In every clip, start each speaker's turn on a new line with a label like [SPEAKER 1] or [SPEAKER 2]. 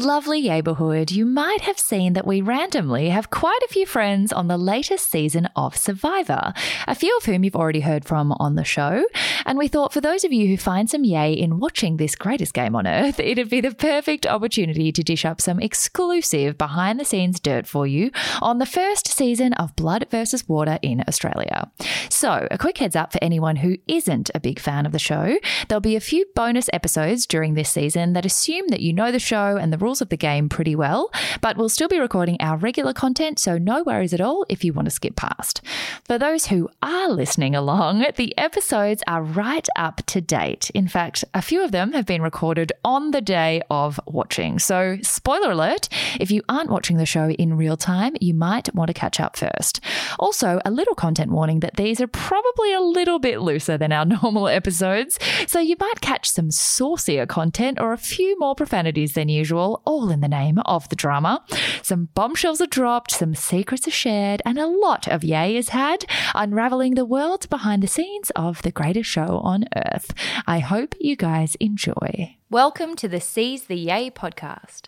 [SPEAKER 1] Lovely neighborhood, you might have seen that we randomly have quite a few friends on the latest season of Survivor, a few of whom you've already heard from on the show. And we thought for those of you who find some yay in watching this greatest game on earth, it'd be the perfect opportunity to dish up some exclusive behind the scenes dirt for you on the first season of Blood versus Water in Australia. So, a quick heads up for anyone who isn't a big fan of the show, there'll be a few bonus episodes during this season that assume that you know the show and the rules of the game pretty well, but we'll still be recording our regular content, so no worries at all if you want to skip past. For those who are listening along, the episodes are right up to date. In fact, a few of them have been recorded on the day of watching. So, spoiler alert, if you aren't watching the show in real time, you might want to catch up first. Also, a little content warning that these are probably a little bit looser than our normal episodes, so you might catch some saucier content or a few more profanities than usual, all in the name of the drama. Some bombshells are dropped, some secrets are shared, and a lot of yay is had, unraveling the world behind the scenes of the greatest show on earth. I hope you guys enjoy. Welcome to the Seize the Yay podcast.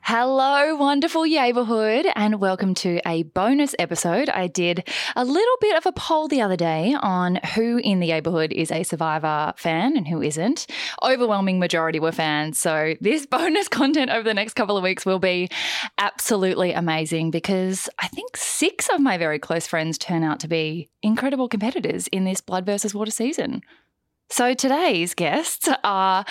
[SPEAKER 1] Hello, wonderful neighborhood, and welcome to a bonus episode. I did a little bit of a poll the other day on who in the neighborhood is a Survivor fan and who isn't. Overwhelming majority were fans. So, this bonus content over the next couple of weeks will be absolutely amazing because I think six of my very close friends turn out to be incredible competitors in this Blood versus Water season. So today's guests are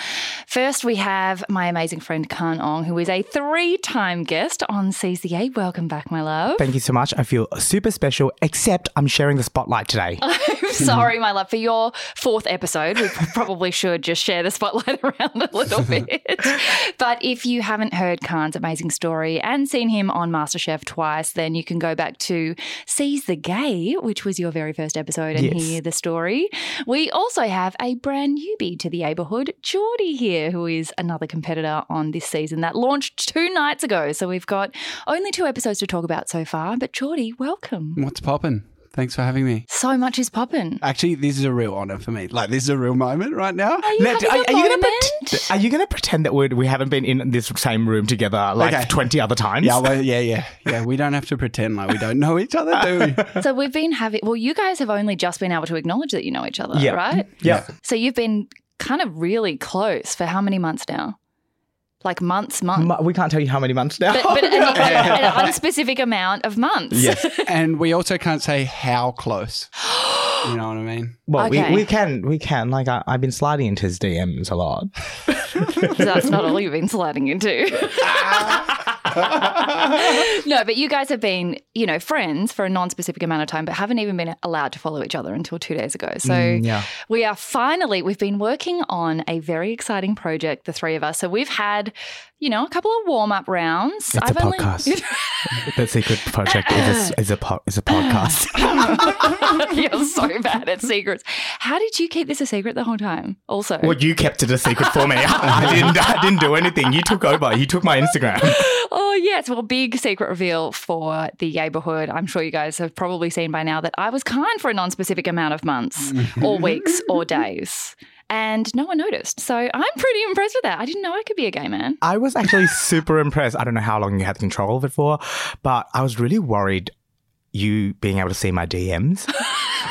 [SPEAKER 1] first we have my amazing friend Khan Ong, who is a three-time guest on CCA. Welcome back, my love.
[SPEAKER 2] Thank you so much. I feel super special, except I'm sharing the spotlight today.
[SPEAKER 1] I'm sorry, my love, for your fourth episode. We probably should just share the spotlight around a little bit. but if you haven't heard Khan's amazing story and seen him on MasterChef twice, then you can go back to Seize the Gay, which was your very first episode, and
[SPEAKER 2] Yes.
[SPEAKER 1] hear the story. We also have a brand newbie to the neighborhood, Geordie here, who is another competitor on this season that launched two nights ago. So we've got only two episodes to talk about so far. But Geordie, welcome.
[SPEAKER 3] What's poppin'? Thanks for having me.
[SPEAKER 1] So much is poppin'.
[SPEAKER 3] Actually, this is a real honor for me. Like, this is a real moment right now.
[SPEAKER 1] Are you
[SPEAKER 2] Now, do-
[SPEAKER 1] having a
[SPEAKER 2] are, you gonna
[SPEAKER 1] moment?
[SPEAKER 2] pret- are you going to pretend that we're, we haven't been in this same room together like
[SPEAKER 3] Okay.
[SPEAKER 2] 20 other times?
[SPEAKER 3] Yeah, well, yeah, yeah, yeah. We don't have to pretend like we don't know each other, do we?
[SPEAKER 1] So we've been having, well, you guys have only just been able to acknowledge that you know each other,
[SPEAKER 2] Yeah.
[SPEAKER 1] right?
[SPEAKER 2] yeah.
[SPEAKER 1] So you've been kind of really close for how many months now? Like months, months.
[SPEAKER 2] Mu- We can't tell you how many months now.
[SPEAKER 1] but but an, an unspecific amount of months.
[SPEAKER 2] yes.
[SPEAKER 3] And we also can't say how close. You know what I mean?
[SPEAKER 2] Well,
[SPEAKER 1] Okay.
[SPEAKER 2] we, we can. We can. Like, I, I've been sliding into his DMs a lot.
[SPEAKER 1] So that's not all you've been sliding into. no, but you guys have been, you know, friends for a non-specific amount of time, but haven't even been allowed to follow each other until two days ago. So
[SPEAKER 2] Mm, yeah.
[SPEAKER 1] we are finally, we've been working on a very exciting project, the three of us. So we've had, you know, a couple of warm-up rounds.
[SPEAKER 2] It's a podcast. the secret project is a, is a, po- is a podcast.
[SPEAKER 1] You're so bad at secrets. How did you keep this a secret the whole time? Also,
[SPEAKER 2] well, you kept it a secret for me. I, didn't, I didn't do anything. You took over. You took my Instagram.
[SPEAKER 1] oh yes, well, big secret reveal for the neighborhood. I'm sure you guys have probably seen by now that I was kind for a non-specific amount of months,
[SPEAKER 2] Mm-hmm.
[SPEAKER 1] or weeks, or days, and no one noticed. So I'm pretty impressed with that. I didn't know I could be a gay man.
[SPEAKER 2] I was actually super impressed. I don't know how long you had control of it for, but I was really worried you being able to see my DMs.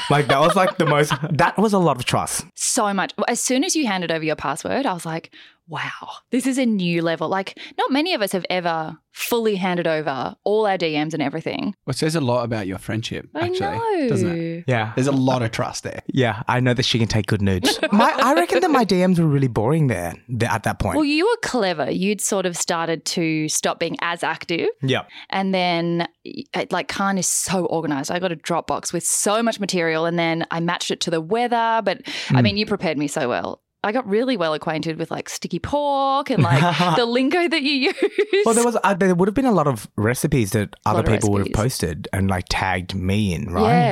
[SPEAKER 2] like that was like the most that was a lot of trust.
[SPEAKER 1] So much. As soon as you handed over your password, I was like, wow, this is a new level. Like, not many of us have ever fully handed over all our DMs and everything.
[SPEAKER 3] Which says a lot about your friendship, actually.
[SPEAKER 1] I know.
[SPEAKER 3] Doesn't it?
[SPEAKER 2] Yeah.
[SPEAKER 3] There's a lot of trust there.
[SPEAKER 2] Yeah, I know that she can take good nudes. my, I reckon that my DMs were really boring there th- at that point.
[SPEAKER 1] Well, you were clever. You'd sort of started to stop being as active.
[SPEAKER 2] yeah.
[SPEAKER 1] And then, it- like, Khan is so organized. I got a Dropbox with so much material, and then I matched it to the weather. But I
[SPEAKER 2] Mm.
[SPEAKER 1] mean, you prepared me so well. I got really well acquainted with like sticky pork and like the lingo that you use.
[SPEAKER 2] Well, there was uh, there would have been a lot of recipes that other
[SPEAKER 1] Lot of
[SPEAKER 2] people would have
[SPEAKER 1] recipes.
[SPEAKER 2] posted and like tagged me in,
[SPEAKER 1] yeah.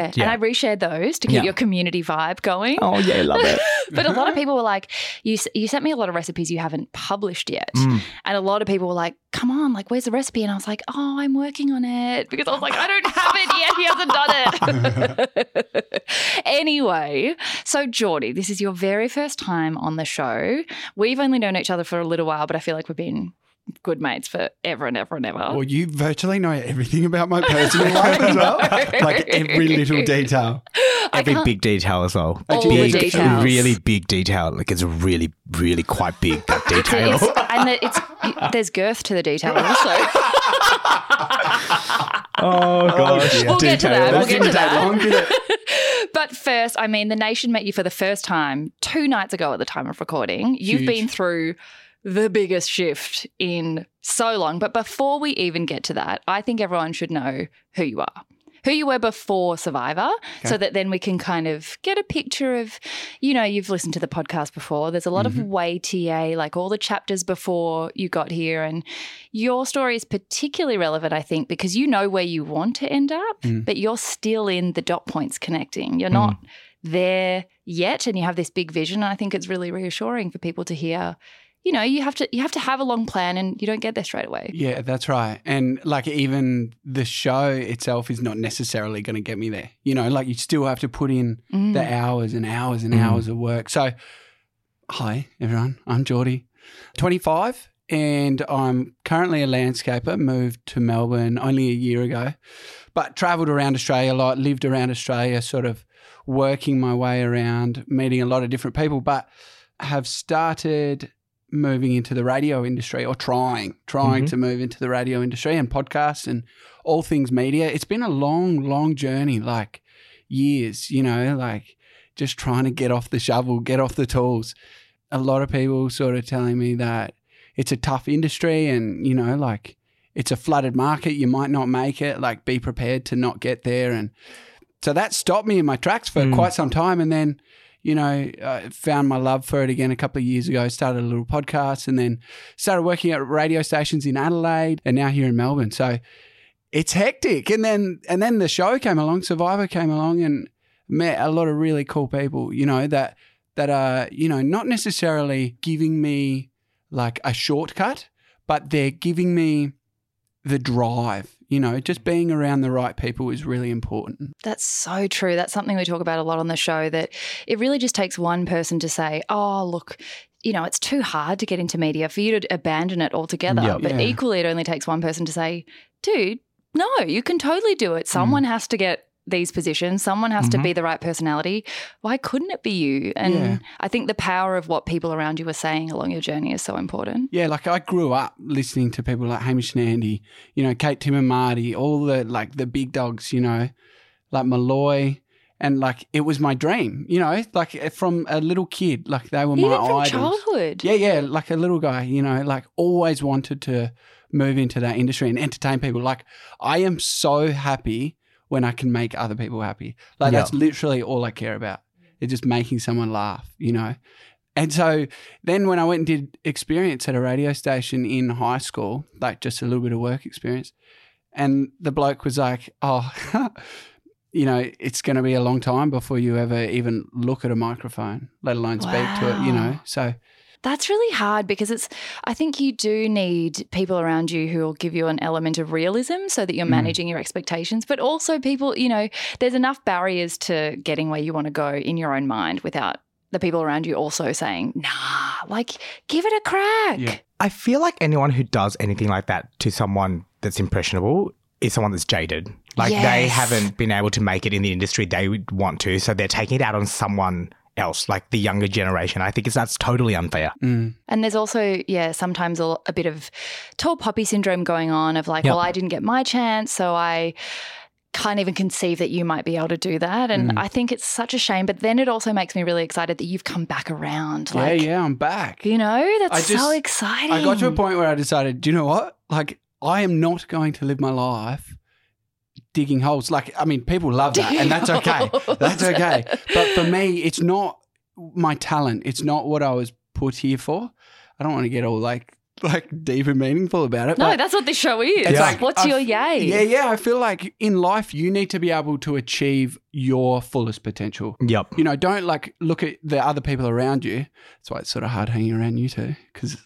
[SPEAKER 2] right?
[SPEAKER 1] And I reshared those to keep
[SPEAKER 2] Yeah.
[SPEAKER 1] your community vibe going.
[SPEAKER 2] oh yeah, love it.
[SPEAKER 1] But a lot of people were like, you, s- you sent me a lot of recipes you haven't published yet.
[SPEAKER 2] Mm.
[SPEAKER 1] And a lot of people were like, come on, like, where's the recipe? And I was like, oh, I'm working on it. Because I was like, I don't have it yet. He hasn't done it. anyway, so, Geordie, this is your very first time on the show. We've only known each other for a little while, but I feel like we've been good mates forever and ever and ever.
[SPEAKER 3] Well, you virtually know everything about my personal life as well.
[SPEAKER 1] I know.
[SPEAKER 3] Like every little detail.
[SPEAKER 1] I
[SPEAKER 2] Every
[SPEAKER 1] can't-
[SPEAKER 2] big detail as well.
[SPEAKER 1] All
[SPEAKER 3] the
[SPEAKER 2] big,
[SPEAKER 1] details.
[SPEAKER 2] Really big detail. Like it's really, really quite big that detail.
[SPEAKER 1] It's- and that it's there's girth to the detail also.
[SPEAKER 2] oh gosh.
[SPEAKER 1] We'll get to that. We'll
[SPEAKER 3] That's
[SPEAKER 1] get to
[SPEAKER 3] gonna take
[SPEAKER 1] that.
[SPEAKER 3] long, did it?
[SPEAKER 1] But first, I mean, the nation met you for the first time two nights ago at the time of recording. You've
[SPEAKER 3] Huge.
[SPEAKER 1] been through the biggest shift in so long. But before we even get to that, I think everyone should know who you are. Who you were before Survivor, so that then we can kind of get a picture of, you know, you've listened to the podcast before. There's a lot of
[SPEAKER 3] Mhm.
[SPEAKER 1] way TA, like all the chapters before you got here. And your story is particularly relevant, I think, because you know where you want to end up,
[SPEAKER 3] Mm.
[SPEAKER 1] but you're still in the dot points connecting. You're not there yet and you have this big vision and i think it's really reassuring for people to hear you know you have to you have to have a long plan and you don't get there straight away
[SPEAKER 3] Yeah, that's right. And like even the show itself is not necessarily going to get me there. You know, like you still have to put in
[SPEAKER 1] Mm.
[SPEAKER 3] the hours and hours and
[SPEAKER 2] Mm.
[SPEAKER 3] hours of work. So, hi everyone, I'm Geordie, 25, and I'm currently a landscaper. Moved to Melbourne only a year ago, but travelled around Australia a lot, lived around Australia, sort of working my way around, meeting a lot of different people, but have started moving into the radio industry or trying trying
[SPEAKER 2] Mhm.
[SPEAKER 3] to move into the radio industry and podcasts and all things media it's been a long long journey like years, you know, like just trying to get off the shovel, get off the tools. A lot of people sort of telling me that it's a tough industry and, you know, like it's a flooded market. You might not make it. Like be prepared to not get there. And so that stopped me in my tracks for
[SPEAKER 2] Mm.
[SPEAKER 3] quite some time. And then, you know, I found my love for it again a couple of years ago. Started a little podcast and then started working at radio stations in Adelaide and now here in Melbourne. So it's hectic. And then and then the show came along, Survivor came along and met a lot of really cool people, you know, that that are, you know, not necessarily giving me like a shortcut, but they're giving me the drive, you know, just being around the right people is really important.
[SPEAKER 1] That's so true. That's something we talk about a lot on the show that it really just takes one person to say, oh, look, you know, it's too hard to get into media for you to abandon it altogether.
[SPEAKER 2] Yeah.
[SPEAKER 1] But
[SPEAKER 3] Yeah.
[SPEAKER 1] equally, it only takes one person to say, dude, no, you can totally do
[SPEAKER 3] Mm.
[SPEAKER 1] it. Someone has to get these positions, someone has to
[SPEAKER 2] Mhm.
[SPEAKER 3] Mm-hmm.
[SPEAKER 1] be the right personality. Why couldn't it be you? And
[SPEAKER 3] Yeah.
[SPEAKER 1] I think the power of what people around you are saying along your journey is so important.
[SPEAKER 3] Yeah, like I grew up listening to people like Hamish and Andy, you know, Kate Tim and Marty, all the like the big dogs, you know, like Malloy. And like it was my dream, you know, like from a little kid, like they were my
[SPEAKER 1] Even from
[SPEAKER 3] idols.
[SPEAKER 1] childhood.
[SPEAKER 3] Yeah, yeah, like a little guy, you know, like always wanted to move into that industry and entertain people. Like I am so happy when I can make other people happy. Like
[SPEAKER 2] Yeah.
[SPEAKER 3] that's literally all I care about. It's just making someone laugh, you know. And so then when I went and did experience at a radio station in high school, like just a little bit of work experience, and the bloke was like, "Oh, you know, it's going to be a long time before you ever even look at a microphone, let alone speak to it." You know,
[SPEAKER 1] Wow.
[SPEAKER 3] so
[SPEAKER 1] That's really hard because it's, I think you do need people around you who will give you an element of realism so that you're
[SPEAKER 3] Mm.
[SPEAKER 1] managing your expectations, but also people, you know, there's enough barriers to getting where you want to go in your own mind without the people around you also saying, nah, like give it a crack.
[SPEAKER 3] Yeah.
[SPEAKER 2] I feel like anyone who does anything like that to someone that's impressionable is someone that's jaded. Like they
[SPEAKER 1] Yes.
[SPEAKER 2] haven't been able to make it in the industry they would want to, so they're taking it out on someone else, like the younger generation. I think it's, that's totally unfair.
[SPEAKER 3] Mm.
[SPEAKER 1] And there's also, yeah, sometimes a, a bit of tall poppy syndrome going on of like,
[SPEAKER 2] Yeah.
[SPEAKER 1] well, I didn't get my chance, so I can't even conceive that you might be able to do that. And
[SPEAKER 3] Mm.
[SPEAKER 1] I think it's such a shame. But then it also makes me really excited that you've come back around. Like,
[SPEAKER 3] yeah, yeah, I'm back.
[SPEAKER 1] you know, that's
[SPEAKER 3] I
[SPEAKER 1] so
[SPEAKER 3] just-
[SPEAKER 1] exciting.
[SPEAKER 3] I got to a point where I decided, do you know what? Like, I am not going to live my life digging holes. Like, I mean, people love that, and that's okay. That's okay. But for me, it's not my talent. It's not what I was put here for. I don't want to get all like like deep and meaningful about it.
[SPEAKER 1] No,
[SPEAKER 3] but
[SPEAKER 1] that's what this show is.
[SPEAKER 3] It's
[SPEAKER 1] Like,
[SPEAKER 3] like-
[SPEAKER 1] What's
[SPEAKER 3] I've-
[SPEAKER 1] your yay?
[SPEAKER 3] yeah, yeah. I feel like in life you need to be able to achieve your fullest potential.
[SPEAKER 2] Yep.
[SPEAKER 3] You know, don't like look at the other people around you. That's why it's sort of hard hanging around you two because it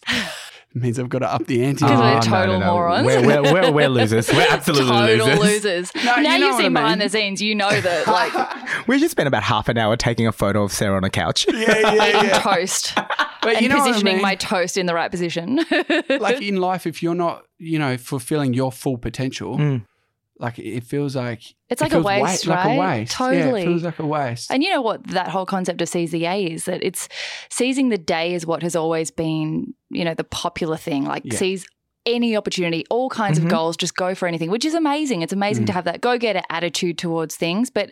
[SPEAKER 3] means I've got to up the ante. Um,
[SPEAKER 1] Because we're
[SPEAKER 2] no,
[SPEAKER 1] total morons.
[SPEAKER 2] We're, we're, we're, we're losers. We're absolutely
[SPEAKER 1] Total
[SPEAKER 2] losers.
[SPEAKER 1] losers.
[SPEAKER 3] No, you
[SPEAKER 1] now
[SPEAKER 3] know
[SPEAKER 1] you've
[SPEAKER 3] what I
[SPEAKER 1] seen behind
[SPEAKER 3] mean.
[SPEAKER 1] the scenes, you know that like
[SPEAKER 2] We just spent about half an hour taking a photo of Sarah on a couch.
[SPEAKER 3] yeah, yeah,
[SPEAKER 1] eating
[SPEAKER 3] yeah.
[SPEAKER 1] toast
[SPEAKER 3] But
[SPEAKER 1] and
[SPEAKER 3] you know what I
[SPEAKER 1] positioning
[SPEAKER 3] mean?
[SPEAKER 1] my toast in the right position.
[SPEAKER 3] like in life, if you're not, you know, fulfilling your full potential,
[SPEAKER 2] Mm.
[SPEAKER 3] like it feels like
[SPEAKER 1] It's
[SPEAKER 3] it
[SPEAKER 1] like a
[SPEAKER 3] feels wa-
[SPEAKER 1] waste,
[SPEAKER 3] Like a
[SPEAKER 1] right?
[SPEAKER 3] waste.
[SPEAKER 1] Totally.
[SPEAKER 3] Yeah, it feels like a waste.
[SPEAKER 1] And you know what that whole concept of seize the day is that it's seizing the day is what has always been, you know, the popular thing. Like
[SPEAKER 3] Yeah. Mm-hmm.
[SPEAKER 1] seize any opportunity, all kinds
[SPEAKER 2] Mhm.
[SPEAKER 1] of goals, just go for anything, which is amazing. It's amazing
[SPEAKER 3] Mm.
[SPEAKER 1] to have that go getter attitude towards things, but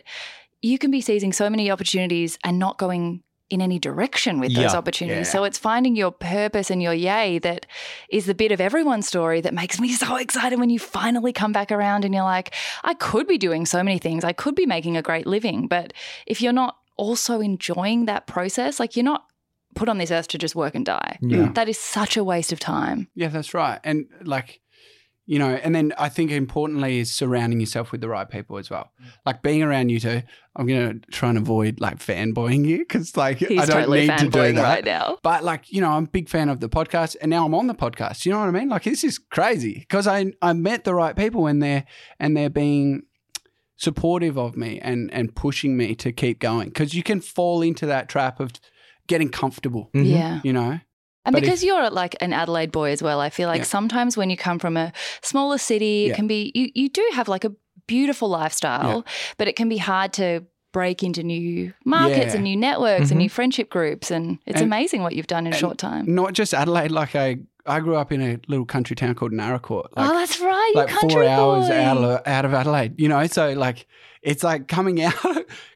[SPEAKER 1] you can be seizing so many opportunities and not going in any direction with those
[SPEAKER 2] Yeah.
[SPEAKER 1] opportunities.
[SPEAKER 3] Yeah.
[SPEAKER 1] So it's finding your purpose and your yay that is the bit of everyone's story that makes me so excited when you finally come back around and you're like, I could be doing so many things. I could be making a great living, but if you're not also enjoying that process, like you're not put on this earth to just work and die.
[SPEAKER 2] Yeah.
[SPEAKER 1] That is such a waste of time.
[SPEAKER 3] yeah, that's right. And like, you know, and then I think importantly is surrounding yourself with the right people as well.
[SPEAKER 1] Mm.
[SPEAKER 3] Like being around you two, I'm gonna try and avoid like fanboying you because like
[SPEAKER 1] He's
[SPEAKER 3] I don't
[SPEAKER 1] totally
[SPEAKER 3] need to do
[SPEAKER 1] fanboying
[SPEAKER 3] that.
[SPEAKER 1] right now.
[SPEAKER 3] But like, you know, I'm a big fan of the podcast and now I'm on the podcast. You know what I mean? Like this is crazy because I I met the right people and they're and they're being supportive of me and and pushing me to keep going because you can fall into that trap of getting comfortable,
[SPEAKER 2] Mhm.
[SPEAKER 1] Yeah.
[SPEAKER 3] you know?
[SPEAKER 1] And
[SPEAKER 3] Mm-hmm. But
[SPEAKER 1] because you're like an Adelaide boy as well, I feel like
[SPEAKER 3] Yeah.
[SPEAKER 1] sometimes when you come from a smaller city, it
[SPEAKER 3] Yeah.
[SPEAKER 1] can be you you do have like a beautiful lifestyle, but it can be hard to break into new markets
[SPEAKER 3] Yeah. Mm-hmm.
[SPEAKER 1] and new networks and
[SPEAKER 2] Mhm.
[SPEAKER 1] new friendship groups and it's
[SPEAKER 3] And-
[SPEAKER 1] amazing what you've done in a
[SPEAKER 3] and
[SPEAKER 1] short time.
[SPEAKER 3] Not just Adelaide like I I grew up in a little country town called Narracourt. Like,
[SPEAKER 1] oh, that's right. You
[SPEAKER 3] like
[SPEAKER 1] country
[SPEAKER 3] four hours
[SPEAKER 1] boy.
[SPEAKER 3] out of, out of Adelaide, you know. So like, it's like coming out,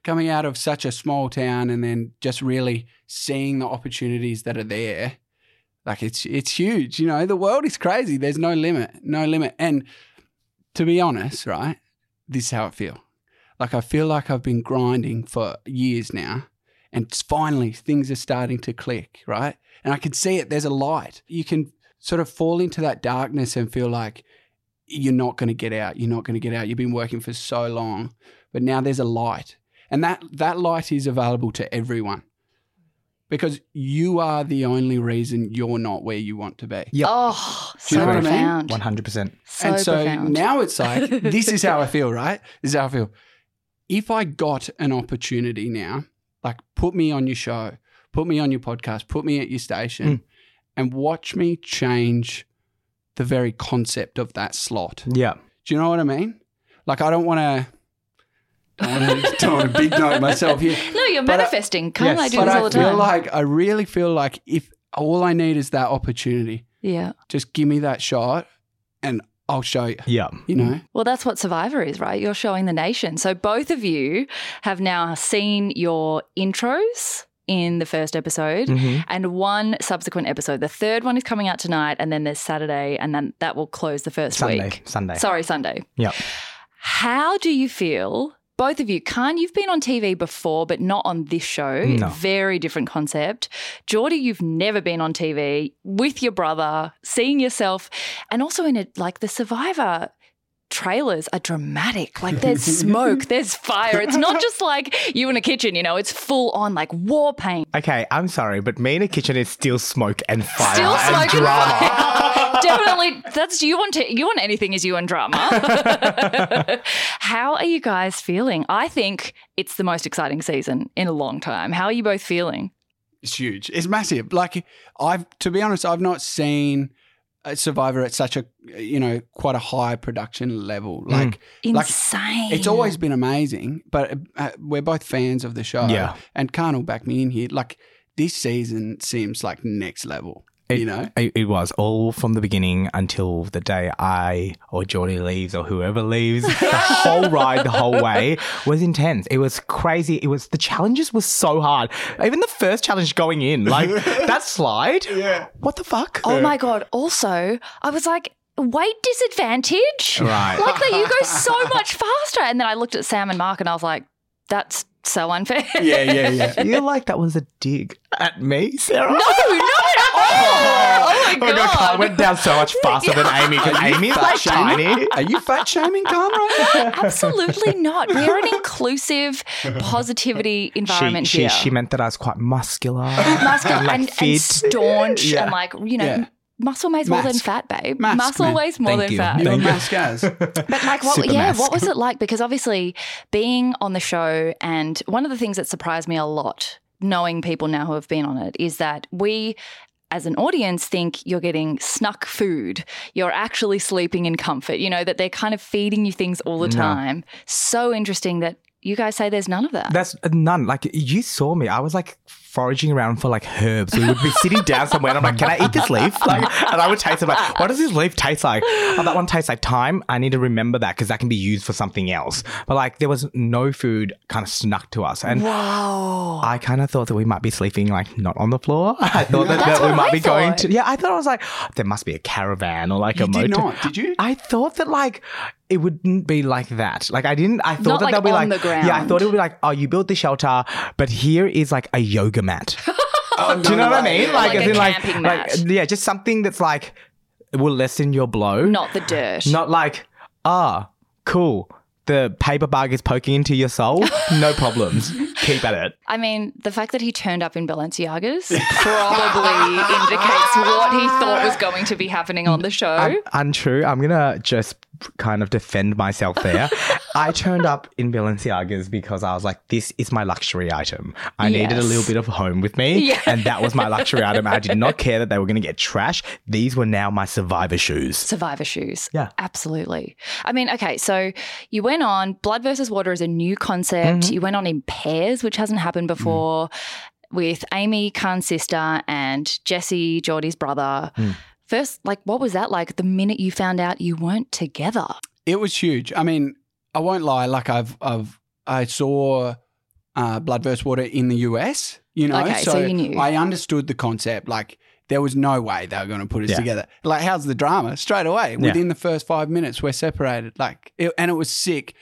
[SPEAKER 3] coming out of such a small town, and then just really seeing the opportunities that are there. Like it's it's huge, you know. The world is crazy. There's no limit, no limit. And to be honest, right, this is how I feel. Like I feel like I've been grinding for years now, and finally things are starting to click, right? And I can see it. There's a light. You can sort of fall into that darkness and feel like you're not going to get out. You're not going to get out. You've been working for so long, but now there's a light, and that that light is available to everyone because you are the only reason you're not where you want to be.
[SPEAKER 2] Yep.
[SPEAKER 1] Oh,
[SPEAKER 3] Do
[SPEAKER 1] so
[SPEAKER 3] you know what I mean?
[SPEAKER 1] profound.
[SPEAKER 2] 100%.
[SPEAKER 1] So
[SPEAKER 3] and so
[SPEAKER 1] profound.
[SPEAKER 3] now it's like this is how I feel, right? This is how I feel. If I got an opportunity now, like put me on your show, put me on your podcast, put me at your station,
[SPEAKER 1] Hmm.
[SPEAKER 3] and watch me change the very concept of that slot.
[SPEAKER 2] Yeah.
[SPEAKER 3] Do you know what I mean? Like, I don't want to. Don't want to big note myself here.
[SPEAKER 1] no, you're
[SPEAKER 3] But I-
[SPEAKER 1] manifesting. Can't
[SPEAKER 2] Yes,
[SPEAKER 1] I do
[SPEAKER 3] But
[SPEAKER 1] this all
[SPEAKER 3] I
[SPEAKER 1] the
[SPEAKER 3] feel
[SPEAKER 1] time?
[SPEAKER 3] like, I really feel like if all I need is that opportunity,
[SPEAKER 1] yeah.
[SPEAKER 3] just give me that shot and I'll show you,
[SPEAKER 2] Yeah.
[SPEAKER 3] you know?
[SPEAKER 1] Well, that's what Survivor is, right? You're showing the nation. So both of you have now seen your intros in the first episode.
[SPEAKER 3] Mm.
[SPEAKER 2] Mhm.
[SPEAKER 1] And one subsequent episode. The third one is coming out tonight, and then there's Saturday, and then that will close the first
[SPEAKER 2] Sunday.
[SPEAKER 1] week.
[SPEAKER 2] Sunday.
[SPEAKER 1] Sorry, Sunday.
[SPEAKER 2] Yeah.
[SPEAKER 1] How do you feel? Both of you, Khan, you've been on TV before, but not on this show.
[SPEAKER 2] No.
[SPEAKER 1] Very different concept. Geordie, you've never been on TV with your brother, seeing yourself, and also in it, like the Survivor trailers are dramatic. Like there's smoke, there's fire. It's not just like you in a kitchen, you know, it's full on like war paint.
[SPEAKER 2] Okay, I'm sorry, but Maina Kitchen is still smoke and fire
[SPEAKER 1] Still
[SPEAKER 2] and
[SPEAKER 1] smoking
[SPEAKER 2] drama.
[SPEAKER 1] fire. Definitely, that's you want to, you want anything is you and drama. How are you guys feeling? I think it's the most exciting season in a long time. How are you both feeling?
[SPEAKER 3] It's huge. It's massive. Like, I've, to be honest, I've not seen uh, Survivor at such a you know quite a high production level.
[SPEAKER 1] Mm.
[SPEAKER 3] Like Like,
[SPEAKER 1] Insane.
[SPEAKER 3] it's always been amazing, but uh, we're both fans of the show.
[SPEAKER 2] Yeah.
[SPEAKER 3] and Carnal back me in here. Like this season seems like next level. you know,
[SPEAKER 2] It, it was all from the beginning until the day I or Geordie leaves or whoever leaves. The whole ride, the whole way was intense. It was crazy. It was the challenges were so hard. Even the first challenge going in, like that slide. Yeah. What the fuck?
[SPEAKER 1] Oh my god! Also, I was like. Weight disadvantage?
[SPEAKER 2] Right.
[SPEAKER 1] Like that you go so much faster. And then I looked at Sam and Mark and I was like, that's so unfair.
[SPEAKER 3] yeah, yeah, yeah.
[SPEAKER 2] You like that was a dig at me, Sarah?
[SPEAKER 1] No, not at all. Oh my
[SPEAKER 2] God, Carl
[SPEAKER 1] god.
[SPEAKER 2] went down so much faster than Amy because Amy's like tiny.
[SPEAKER 3] Are you fat shaming Carnal right now?
[SPEAKER 1] Absolutely not. We're an inclusive positivity
[SPEAKER 2] She,
[SPEAKER 1] environment
[SPEAKER 2] she,
[SPEAKER 1] here.
[SPEAKER 2] she meant that I was quite muscular.
[SPEAKER 1] Muscle and,
[SPEAKER 2] like
[SPEAKER 1] and
[SPEAKER 2] fit.
[SPEAKER 1] staunch
[SPEAKER 2] Yeah.
[SPEAKER 1] and like, you know,
[SPEAKER 3] Yeah.
[SPEAKER 1] muscle weighs more than
[SPEAKER 3] Mask.
[SPEAKER 1] fat, babe.
[SPEAKER 3] Mask,
[SPEAKER 1] muscle
[SPEAKER 3] man.
[SPEAKER 1] weighs more
[SPEAKER 2] Thank
[SPEAKER 1] than
[SPEAKER 2] you.
[SPEAKER 1] fat.
[SPEAKER 3] You're
[SPEAKER 2] Thank you.
[SPEAKER 3] Mascaz.
[SPEAKER 1] But like, what?
[SPEAKER 2] Super
[SPEAKER 1] yeah, what
[SPEAKER 2] mask.
[SPEAKER 1] was it like? Because obviously, being on the show, and one of the things that surprised me a lot, knowing people now who have been on it, is that we. As an audience, think you're getting snuck food. You're actually sleeping in comfort. You know, that they're kind of feeding you things all the
[SPEAKER 2] No.
[SPEAKER 1] time. So interesting that you guys say there's none of that.
[SPEAKER 2] That's uh, none. Like you saw me, I was like foraging around for like herbs. We would be sitting down somewhere, and I'm like, "Can I eat this leaf?" Like, and I would taste it. Like, what does this leaf taste like? Oh, that one tastes like thyme. I need to remember that because that can be used for something else. But like, there was no food kind of snuck to us, and
[SPEAKER 1] Whoa.
[SPEAKER 2] I kind of thought that we might be sleeping like not on the floor. I thought that,
[SPEAKER 1] That's
[SPEAKER 2] that we
[SPEAKER 1] what
[SPEAKER 2] might
[SPEAKER 1] I
[SPEAKER 2] be going
[SPEAKER 1] thought.
[SPEAKER 2] to. Yeah, I thought I was like, "Oh, there must be a caravan or like
[SPEAKER 3] You
[SPEAKER 2] a
[SPEAKER 3] did
[SPEAKER 2] motel.
[SPEAKER 3] not, did you?
[SPEAKER 2] I thought that like it wouldn't be like that. Like I didn't. I
[SPEAKER 1] Not,
[SPEAKER 2] thought that
[SPEAKER 1] like,
[SPEAKER 2] they'll be
[SPEAKER 1] on
[SPEAKER 2] like
[SPEAKER 1] the ground.
[SPEAKER 2] yeah. I thought it would be like oh, you built the shelter, but here is like a yoga mat.
[SPEAKER 3] Oh,
[SPEAKER 2] Do you know what I mean?
[SPEAKER 1] Like
[SPEAKER 2] as
[SPEAKER 1] a
[SPEAKER 2] in,
[SPEAKER 1] camping
[SPEAKER 2] like
[SPEAKER 1] mat.
[SPEAKER 2] yeah, just something that's like will lessen your blow.
[SPEAKER 1] Not the dirt.
[SPEAKER 2] Not like ah, cool. The paper bag is poking into your soul. No problems. Keep at it.
[SPEAKER 1] I mean, the fact that he turned up in Balenciagas probably indicates what he thought was going to be happening on the show.
[SPEAKER 2] Un- untrue. I'm gonna just kind of defend myself there. I turned up in Balenciagas because I was like, this is my luxury item. I needed a
[SPEAKER 1] Yes.
[SPEAKER 2] little bit of home with me,
[SPEAKER 1] Yeah.
[SPEAKER 2] and that was my luxury item. I did not care that they were gonna get trash. These were now my survivor shoes.
[SPEAKER 1] Survivor shoes.
[SPEAKER 2] Yeah.
[SPEAKER 1] Absolutely. I mean, okay, so you went on Blood versus Water is a new concept.
[SPEAKER 2] Mm-hmm.
[SPEAKER 1] You went on in pairs, which hasn't happened
[SPEAKER 2] Mm.
[SPEAKER 1] before, with Amy, Khan's sister, and Jesse, Geordie's brother.
[SPEAKER 2] Mm.
[SPEAKER 1] First, like, what was that like the minute you found out you weren't together?
[SPEAKER 3] It was huge. I mean, I won't lie. Like I've, I've, I saw uh, Blood vs Water in the US. You know,
[SPEAKER 1] Okay, so you knew.
[SPEAKER 3] I understood the concept. Like there was no way they were going to put us
[SPEAKER 2] Yeah.
[SPEAKER 3] together. Like how's the drama? Straight away, within the first five minutes, we're separated. Like, it, and it was sick.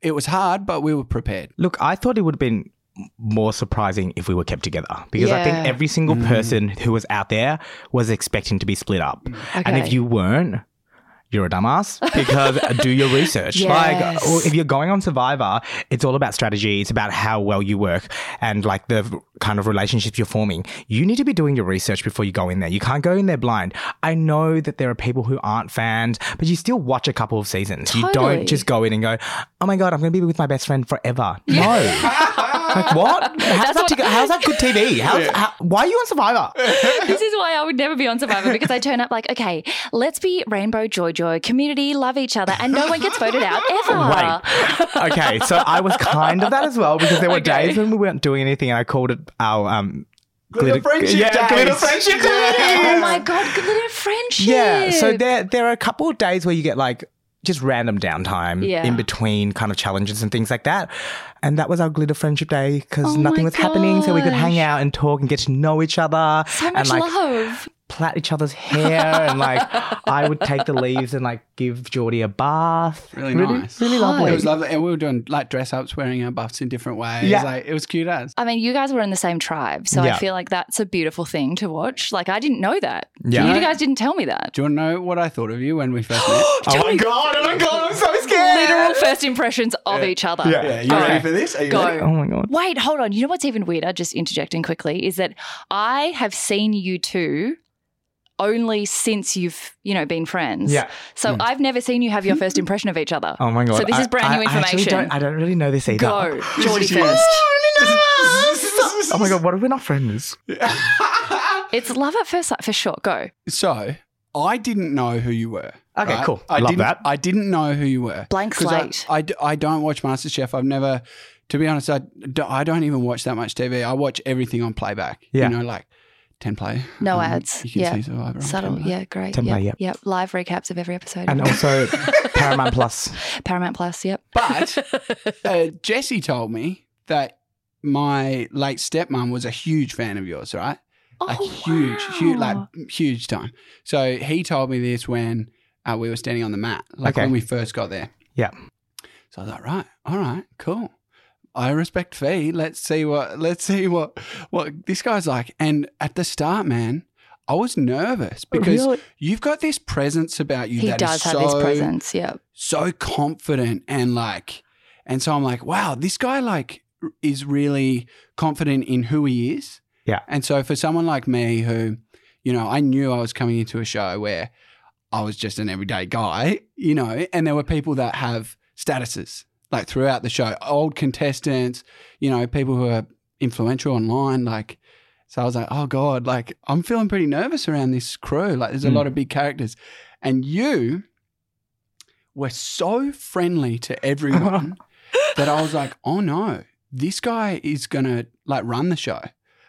[SPEAKER 3] It was hard, but we were prepared.
[SPEAKER 2] Look, I thought it would have been more surprising if we were kept together because I think
[SPEAKER 1] Yeah.
[SPEAKER 2] every single
[SPEAKER 3] Mm.
[SPEAKER 2] person who was out there was expecting to be split up.
[SPEAKER 1] Okay.
[SPEAKER 2] And if you weren't, you're a dumbass because do your research.
[SPEAKER 1] Yes.
[SPEAKER 2] Like, or if you're going on Survivor, it's all about strategy. It's about how well you work and like the v- kind of relationships you're forming. You need to be doing your research before you go in there. You can't go in there blind. I know that there are people who aren't fans, but you still watch a couple of seasons. You
[SPEAKER 1] Totally.
[SPEAKER 2] don't just go in and go, oh my God, I'm going to be with my best friend forever. No. like, what? How's that, to go- how's that good TV? How's, how, why are you on Survivor?
[SPEAKER 1] this is why I would never be on Survivor because I turn up like, okay, let's be rainbow joy joy, community, love each other, and no one gets voted out ever.
[SPEAKER 2] Right. Okay. So I was kind of that as well because there were
[SPEAKER 1] Okay.
[SPEAKER 2] days when we weren't doing anything and I called it our um
[SPEAKER 3] Glitter friendship
[SPEAKER 2] yeah,
[SPEAKER 3] days.
[SPEAKER 2] glitter friendship
[SPEAKER 3] Yeah.
[SPEAKER 2] days.
[SPEAKER 1] Oh my god, good little friendship.
[SPEAKER 2] Yeah. So there there are a couple of days where you get like just random downtime
[SPEAKER 1] Yeah.
[SPEAKER 2] in between kind of challenges and things like that. And that was our glitter friendship day because
[SPEAKER 1] Oh
[SPEAKER 2] nothing
[SPEAKER 1] my
[SPEAKER 2] was happening. So we could hang
[SPEAKER 1] gosh.
[SPEAKER 2] out and talk and get to know each other
[SPEAKER 1] so much
[SPEAKER 2] and like
[SPEAKER 1] love.
[SPEAKER 2] plait each other's hair. and like I would take the leaves and like give Geordie a bath.
[SPEAKER 3] Really nice.
[SPEAKER 2] Really lovely.
[SPEAKER 3] It was lovely, and we were doing like dress ups, wearing our buffs in different ways.
[SPEAKER 2] Yeah.
[SPEAKER 3] Like, it was cute as.
[SPEAKER 1] I mean, you guys were in the same tribe, so I
[SPEAKER 2] Yeah.
[SPEAKER 1] feel like that's a beautiful thing to watch. Like I didn't know that.
[SPEAKER 2] Yeah.
[SPEAKER 1] You guys didn't tell me that.
[SPEAKER 3] Do you want to know what I thought of you when we first met?
[SPEAKER 2] Oh my god! Oh my god! I'm so scared.
[SPEAKER 1] Literal first impressions of each other.
[SPEAKER 3] you
[SPEAKER 1] Okay.
[SPEAKER 3] for this? Are you
[SPEAKER 1] Go.
[SPEAKER 2] Oh my god!
[SPEAKER 1] Wait, hold on. You know what's even weirder, just interjecting quickly, is that I have seen you two only since you've, you know, been friends.
[SPEAKER 2] Yeah.
[SPEAKER 1] So I've never seen you have your first impression of each other.
[SPEAKER 2] Mm. Oh my god!
[SPEAKER 1] So this is brand
[SPEAKER 2] I-
[SPEAKER 1] new
[SPEAKER 2] I- I actually
[SPEAKER 1] information.
[SPEAKER 2] don't- I don't really know this either.
[SPEAKER 1] Go. Geordie
[SPEAKER 3] huge.
[SPEAKER 1] first.
[SPEAKER 2] Oh my god! What if we're not friends?
[SPEAKER 1] It's love at first sight for sure. Go.
[SPEAKER 3] So I didn't know who you were.
[SPEAKER 2] Okay, cool.
[SPEAKER 3] I
[SPEAKER 2] Love
[SPEAKER 3] didn't,
[SPEAKER 2] that.
[SPEAKER 3] I didn't know who you were.
[SPEAKER 1] Blank
[SPEAKER 3] 'Cause I-
[SPEAKER 1] slate.
[SPEAKER 3] I, d- I don't watch MasterChef. I've never, to be honest, I, d- I don't even watch that much TV. I watch everything on playback.
[SPEAKER 2] Yeah.
[SPEAKER 3] You know, like 10 play. Um,
[SPEAKER 1] No ads.
[SPEAKER 3] You can
[SPEAKER 1] Yeah.
[SPEAKER 3] see Survivor. on
[SPEAKER 1] Subtle,
[SPEAKER 3] 10 play.
[SPEAKER 1] yeah, great.
[SPEAKER 2] Template,
[SPEAKER 1] yep,
[SPEAKER 2] yep.
[SPEAKER 1] yep. Live recaps of every episode.
[SPEAKER 2] And also Paramount Plus.
[SPEAKER 1] Paramount Plus, yep.
[SPEAKER 3] But uh, Jesse told me that my late stepmom was a huge fan of yours, right? like huge, huge, like
[SPEAKER 1] Oh, wow.
[SPEAKER 3] huge time. So he told me this when uh, we were standing on the mat, like
[SPEAKER 2] Okay.
[SPEAKER 3] when we first got there.
[SPEAKER 2] Yeah.
[SPEAKER 3] So I thought, right, all right, cool. I respect Fee. Let's see what let's see what what this guy's like. And at the start, man, I was nervous because you've got this presence about you
[SPEAKER 1] Oh, He
[SPEAKER 3] that is
[SPEAKER 1] does have this
[SPEAKER 3] so-
[SPEAKER 1] presence, yep.
[SPEAKER 3] so confident and like and so I'm like, wow, this guy like r- is really confident in who he is.
[SPEAKER 2] Yeah.
[SPEAKER 3] And so for someone like me who, you know, I knew I was coming into a show where I was just an everyday guy, you know, and there were people that have statuses like throughout the show, old contestants, you know, people who are influential online like so I was like, "Oh god, like I'm feeling pretty nervous around this crew. Like there's a
[SPEAKER 2] Mm.
[SPEAKER 3] lot of big characters." And you were so friendly to everyone that I was like, oh no, this guy is gonna like run the show.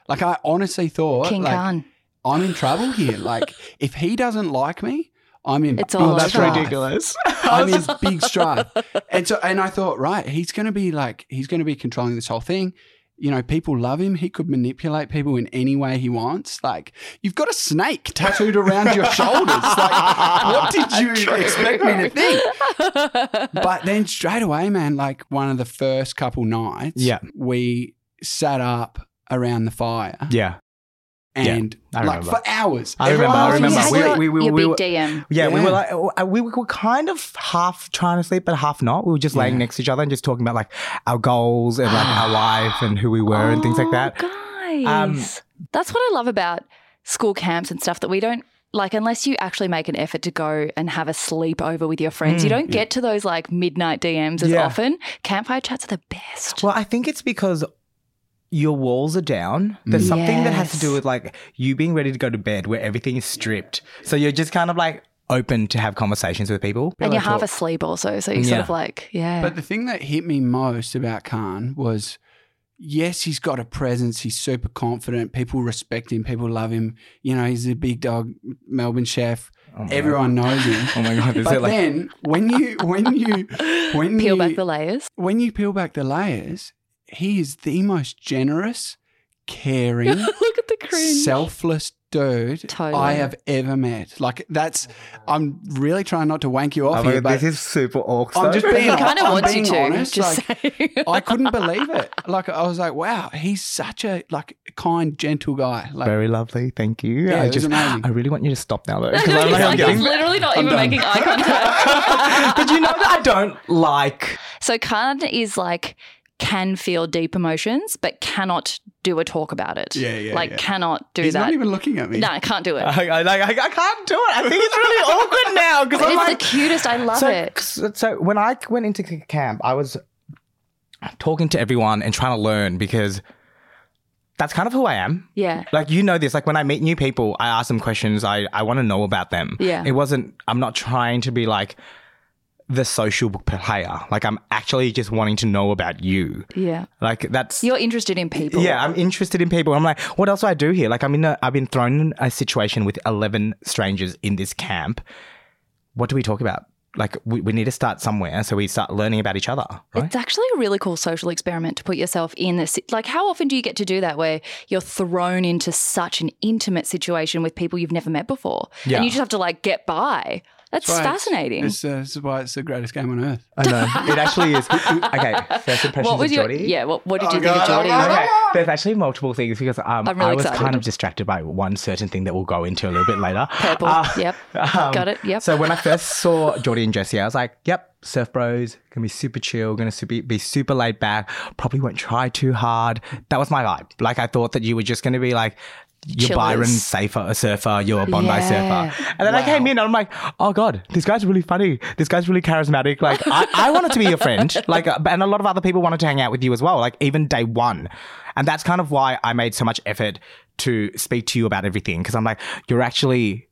[SPEAKER 3] Like I honestly thought
[SPEAKER 1] King
[SPEAKER 3] like,
[SPEAKER 1] Khan.
[SPEAKER 3] I'm in trouble here. Like if he doesn't like me, I'm in
[SPEAKER 1] It's
[SPEAKER 3] big
[SPEAKER 1] all
[SPEAKER 2] Oh, that's
[SPEAKER 1] over.
[SPEAKER 3] strife.
[SPEAKER 2] ridiculous.
[SPEAKER 3] I'm in big strife. And so and I thought, right, he's gonna be like he's gonna be controlling this whole thing. You know, people love him. He could manipulate people in any way he wants. Like, you've got a snake tattooed around your shoulders. Like, what did you expect me to think? but then straight away, man, like one of the first couple nights,
[SPEAKER 2] Yeah.
[SPEAKER 3] we sat up around the fire
[SPEAKER 2] Yeah.
[SPEAKER 3] and
[SPEAKER 2] I
[SPEAKER 3] like
[SPEAKER 2] remember.
[SPEAKER 3] for hours.
[SPEAKER 2] I remember,
[SPEAKER 3] Everyone
[SPEAKER 2] I
[SPEAKER 3] was
[SPEAKER 2] remember.
[SPEAKER 1] You had
[SPEAKER 3] asleep.
[SPEAKER 2] We-
[SPEAKER 1] your,
[SPEAKER 2] we- we-
[SPEAKER 1] your
[SPEAKER 2] we
[SPEAKER 1] big
[SPEAKER 2] were-
[SPEAKER 1] DM.
[SPEAKER 2] Yeah, we
[SPEAKER 3] Yeah.
[SPEAKER 2] were like, uh, we were kind of half trying to sleep, but half not. We were just laying
[SPEAKER 3] Yeah.
[SPEAKER 2] next to each other and just talking about like our goals and like our life and who we were and things like that.
[SPEAKER 1] Oh, Guys,
[SPEAKER 2] Um,
[SPEAKER 1] that's what I love about school camps and stuff that we don't like unless you actually make an effort to go and have a sleepover with your friends. you
[SPEAKER 2] Mm.
[SPEAKER 1] don't get to those like midnight DMs as
[SPEAKER 2] Yeah.
[SPEAKER 1] often. Campfire chats are the best.
[SPEAKER 2] Well, I think it's because your walls are down. There's
[SPEAKER 3] Mm.
[SPEAKER 2] something that has to do
[SPEAKER 1] Yes.
[SPEAKER 2] with like you being ready to go to bed where everything is stripped. So you're just kind of like open to have conversations with people.
[SPEAKER 1] and you're half
[SPEAKER 2] Talk.
[SPEAKER 1] asleep also, so you're sort
[SPEAKER 2] Yeah.
[SPEAKER 1] of like, yeah.
[SPEAKER 3] But the thing that hit me most about Khan was yes, he's got a presence. He's super confident. People respect him. People love him. You know, he's a big dog Melbourne chef.
[SPEAKER 2] Oh my God.
[SPEAKER 3] Everyone knows him.
[SPEAKER 2] Oh my god! Is
[SPEAKER 3] But
[SPEAKER 2] it like
[SPEAKER 3] then when you when you when
[SPEAKER 1] Peel
[SPEAKER 3] you,
[SPEAKER 1] back the layers.
[SPEAKER 3] when you peel back the layers, he is the most generous, caring,
[SPEAKER 1] Look at the cringe.
[SPEAKER 3] selfless dude
[SPEAKER 1] Totally.
[SPEAKER 3] I have ever met. Like that's, I'm really trying not to wank you
[SPEAKER 2] Oh
[SPEAKER 3] off
[SPEAKER 2] my
[SPEAKER 3] here,
[SPEAKER 2] God,
[SPEAKER 3] but
[SPEAKER 2] this is super awkward.
[SPEAKER 3] I'm just being.
[SPEAKER 1] he kind of
[SPEAKER 3] I'm
[SPEAKER 1] wants you
[SPEAKER 3] being
[SPEAKER 1] to.
[SPEAKER 3] honest,
[SPEAKER 1] just
[SPEAKER 3] like,
[SPEAKER 1] saying.
[SPEAKER 3] I couldn't believe it. Like I was like, wow, he's such a like kind, gentle guy. Like
[SPEAKER 2] very lovely. Thank you.
[SPEAKER 3] Yeah, it
[SPEAKER 2] I
[SPEAKER 3] was
[SPEAKER 2] just,
[SPEAKER 3] amazing.
[SPEAKER 2] I really want you to stop now though,
[SPEAKER 1] I
[SPEAKER 2] because
[SPEAKER 1] know,
[SPEAKER 2] I'm
[SPEAKER 1] he's
[SPEAKER 2] like, I'm
[SPEAKER 1] like, he's
[SPEAKER 2] getting.
[SPEAKER 1] literally not even
[SPEAKER 3] done.
[SPEAKER 1] making eye contact.
[SPEAKER 2] but you know that I don't like.
[SPEAKER 1] So Khan is like can feel deep emotions, but cannot do a talk about it.
[SPEAKER 3] Yeah, yeah,
[SPEAKER 1] Like
[SPEAKER 3] yeah.
[SPEAKER 1] cannot do
[SPEAKER 3] he's
[SPEAKER 1] that.
[SPEAKER 3] not even looking at me.
[SPEAKER 1] no, I can't do it.
[SPEAKER 2] I, I, like, I, I can't do it. I think it's really awkward now because
[SPEAKER 1] But
[SPEAKER 2] I'm
[SPEAKER 1] it's
[SPEAKER 2] like,
[SPEAKER 1] the cutest. I love
[SPEAKER 2] so,
[SPEAKER 1] it.
[SPEAKER 2] So, so when I went into c- camp, I was talking to everyone and trying to learn because that's kind of who I am.
[SPEAKER 1] Yeah.
[SPEAKER 2] Like you know this. Like when I meet new people, I ask them questions. I I want to know about them.
[SPEAKER 1] Yeah.
[SPEAKER 2] It wasn't. I'm not trying to be like the social player. Like I'm actually just wanting to know about you.
[SPEAKER 1] Yeah.
[SPEAKER 2] Like that's.
[SPEAKER 1] You're interested in people.
[SPEAKER 2] yeah, I'm interested in people. I'm like, what else do I do here? Like, I'm in a, I've been thrown in a situation with 11 strangers in this camp. What do we talk about? Like, we, we need to start somewhere. So we start learning about each other, right?
[SPEAKER 1] It's actually a really cool social experiment to put yourself in this. Like, how often do you get to do that where you're thrown into such an intimate situation with people you've never met before?
[SPEAKER 2] Yeah.
[SPEAKER 1] And you just have to, like, get by. That's,
[SPEAKER 3] That's why it's-
[SPEAKER 1] fascinating.
[SPEAKER 3] This, uh, this is why it's the greatest game on earth.
[SPEAKER 2] I know. it actually is. Okay, first impressions
[SPEAKER 1] what was
[SPEAKER 2] of
[SPEAKER 1] your.
[SPEAKER 2] Geordie.
[SPEAKER 1] Yeah. What, what did you think
[SPEAKER 3] God,
[SPEAKER 1] of
[SPEAKER 3] oh
[SPEAKER 1] Geordie?
[SPEAKER 3] my God.
[SPEAKER 2] Okay, there's actually multiple things because um,
[SPEAKER 1] I'm really
[SPEAKER 2] I was
[SPEAKER 1] excited.
[SPEAKER 2] kind of distracted by one certain thing that we'll go into a little bit later.
[SPEAKER 1] Purple.
[SPEAKER 2] Uh,
[SPEAKER 1] yep.
[SPEAKER 2] um,
[SPEAKER 1] Got it. Yep.
[SPEAKER 2] So when I first saw Jordy and Jesse, I was like, "Yep, surf bros, gonna be super chill, gonna super, be super laid back. Probably won't try too hard." That was my vibe. Like I thought that you were just gonna be like. You're
[SPEAKER 1] Chillers.
[SPEAKER 2] Byron Safer, a surfer. You're a Bondi
[SPEAKER 1] Yeah.
[SPEAKER 2] surfer. And then I came in and I'm like, oh God, this guy's really funny. This guy's really charismatic. Like, I, I wanted to be your friend. Like, uh, and a lot of other people wanted to hang out with you as well, like, even day one. And that's kind of why I made so much effort to speak to you about everything. Cause I'm like, you're actually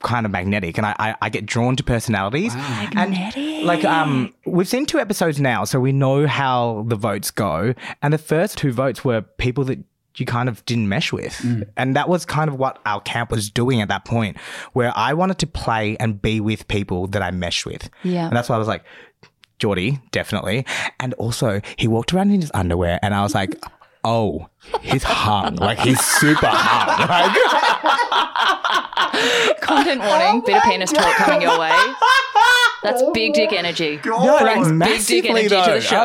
[SPEAKER 2] kind of magnetic, and I I, I get drawn to personalities.
[SPEAKER 3] Wow.
[SPEAKER 2] And like um, we've seen two episodes now, so we know how the votes go. And the first two votes were people that you kind of didn't mesh with, and that was kind of what our camp was doing at that point, where I wanted to play and be with people that I meshed with.
[SPEAKER 1] Yeah.
[SPEAKER 2] and that's why I was like. Geordie, definitely. And also, he walked around in his underwear, and I was like, oh, he's hung. Like, he's super hung. Like,
[SPEAKER 1] Content warning, bit of penis talk coming your way. That's big dick
[SPEAKER 3] Oh
[SPEAKER 1] energy.
[SPEAKER 2] No, like,
[SPEAKER 1] Brings big dick
[SPEAKER 2] massively
[SPEAKER 1] energy
[SPEAKER 2] though.
[SPEAKER 1] to
[SPEAKER 2] I
[SPEAKER 1] the
[SPEAKER 2] was
[SPEAKER 1] show.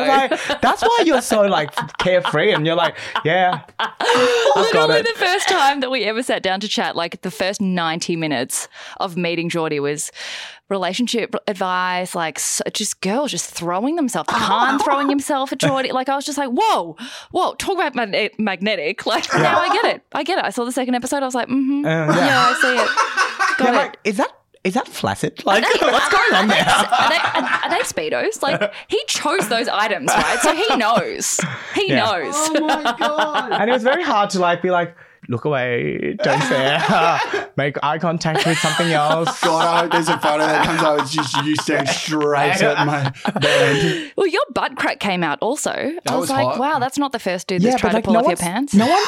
[SPEAKER 2] like, that's why you're so like carefree, and you're like, yeah, I've got
[SPEAKER 1] Literally
[SPEAKER 2] it.
[SPEAKER 1] the first time that we ever sat down to chat, like the first 90 minutes of meeting Geordie was relationship advice, like so, just girls just throwing themselves. Khan throwing himself at Geordie. Like I was just like, whoa, whoa, talk about magne- magnetic. Like now I get it. I get it. I saw the second episode. I was like, mm-hmm.
[SPEAKER 2] Uh,
[SPEAKER 1] yeah.
[SPEAKER 2] yeah.
[SPEAKER 1] I see it. Got
[SPEAKER 2] I'm
[SPEAKER 1] it.
[SPEAKER 2] like, is that is that flaccid? Like, what's going on there?
[SPEAKER 1] are, they, are, are they speedos? Like he chose those items, right? So he knows. He
[SPEAKER 2] Yeah.
[SPEAKER 1] knows.
[SPEAKER 3] Oh my god!
[SPEAKER 2] And it was very hard to like be like, look away, don't stare, make eye contact with something else.
[SPEAKER 3] God, I hope there's a photo that comes out. It's just you staring straight at my band.
[SPEAKER 1] Well, your butt crack came out also. I was,
[SPEAKER 3] was
[SPEAKER 1] like,
[SPEAKER 3] hot.
[SPEAKER 1] wow, that's not the first dude that's tried to pull off your
[SPEAKER 2] one's-
[SPEAKER 1] pants.
[SPEAKER 2] No one.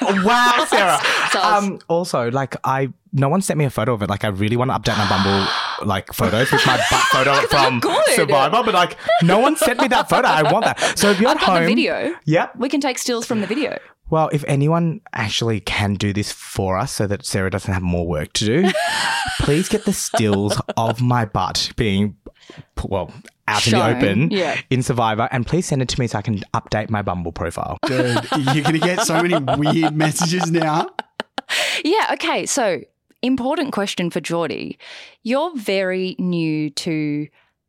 [SPEAKER 2] wow, Sarah.
[SPEAKER 1] So I was-
[SPEAKER 2] Um, also, like I, no one sent me a photo of it. Like I really want to update my Bumble like photos with my butt photo from
[SPEAKER 1] good.
[SPEAKER 2] Survivor, but like no one sent me that photo. I want that. So if you're at
[SPEAKER 1] I've got
[SPEAKER 2] home,
[SPEAKER 1] the video.
[SPEAKER 2] Yep.
[SPEAKER 1] We can take stills from the video.
[SPEAKER 2] Well, if anyone actually can do this for us so that Sarah doesn't have more work to do, please get the stills of my butt being, well, out
[SPEAKER 1] Shown,
[SPEAKER 2] in the open
[SPEAKER 1] yeah.
[SPEAKER 2] in Survivor and please send it to me so I can update my Bumble profile.
[SPEAKER 3] Dude, you're gonna get so many weird messages now.
[SPEAKER 1] Yeah, okay. So, important question for Geordie. You're very new to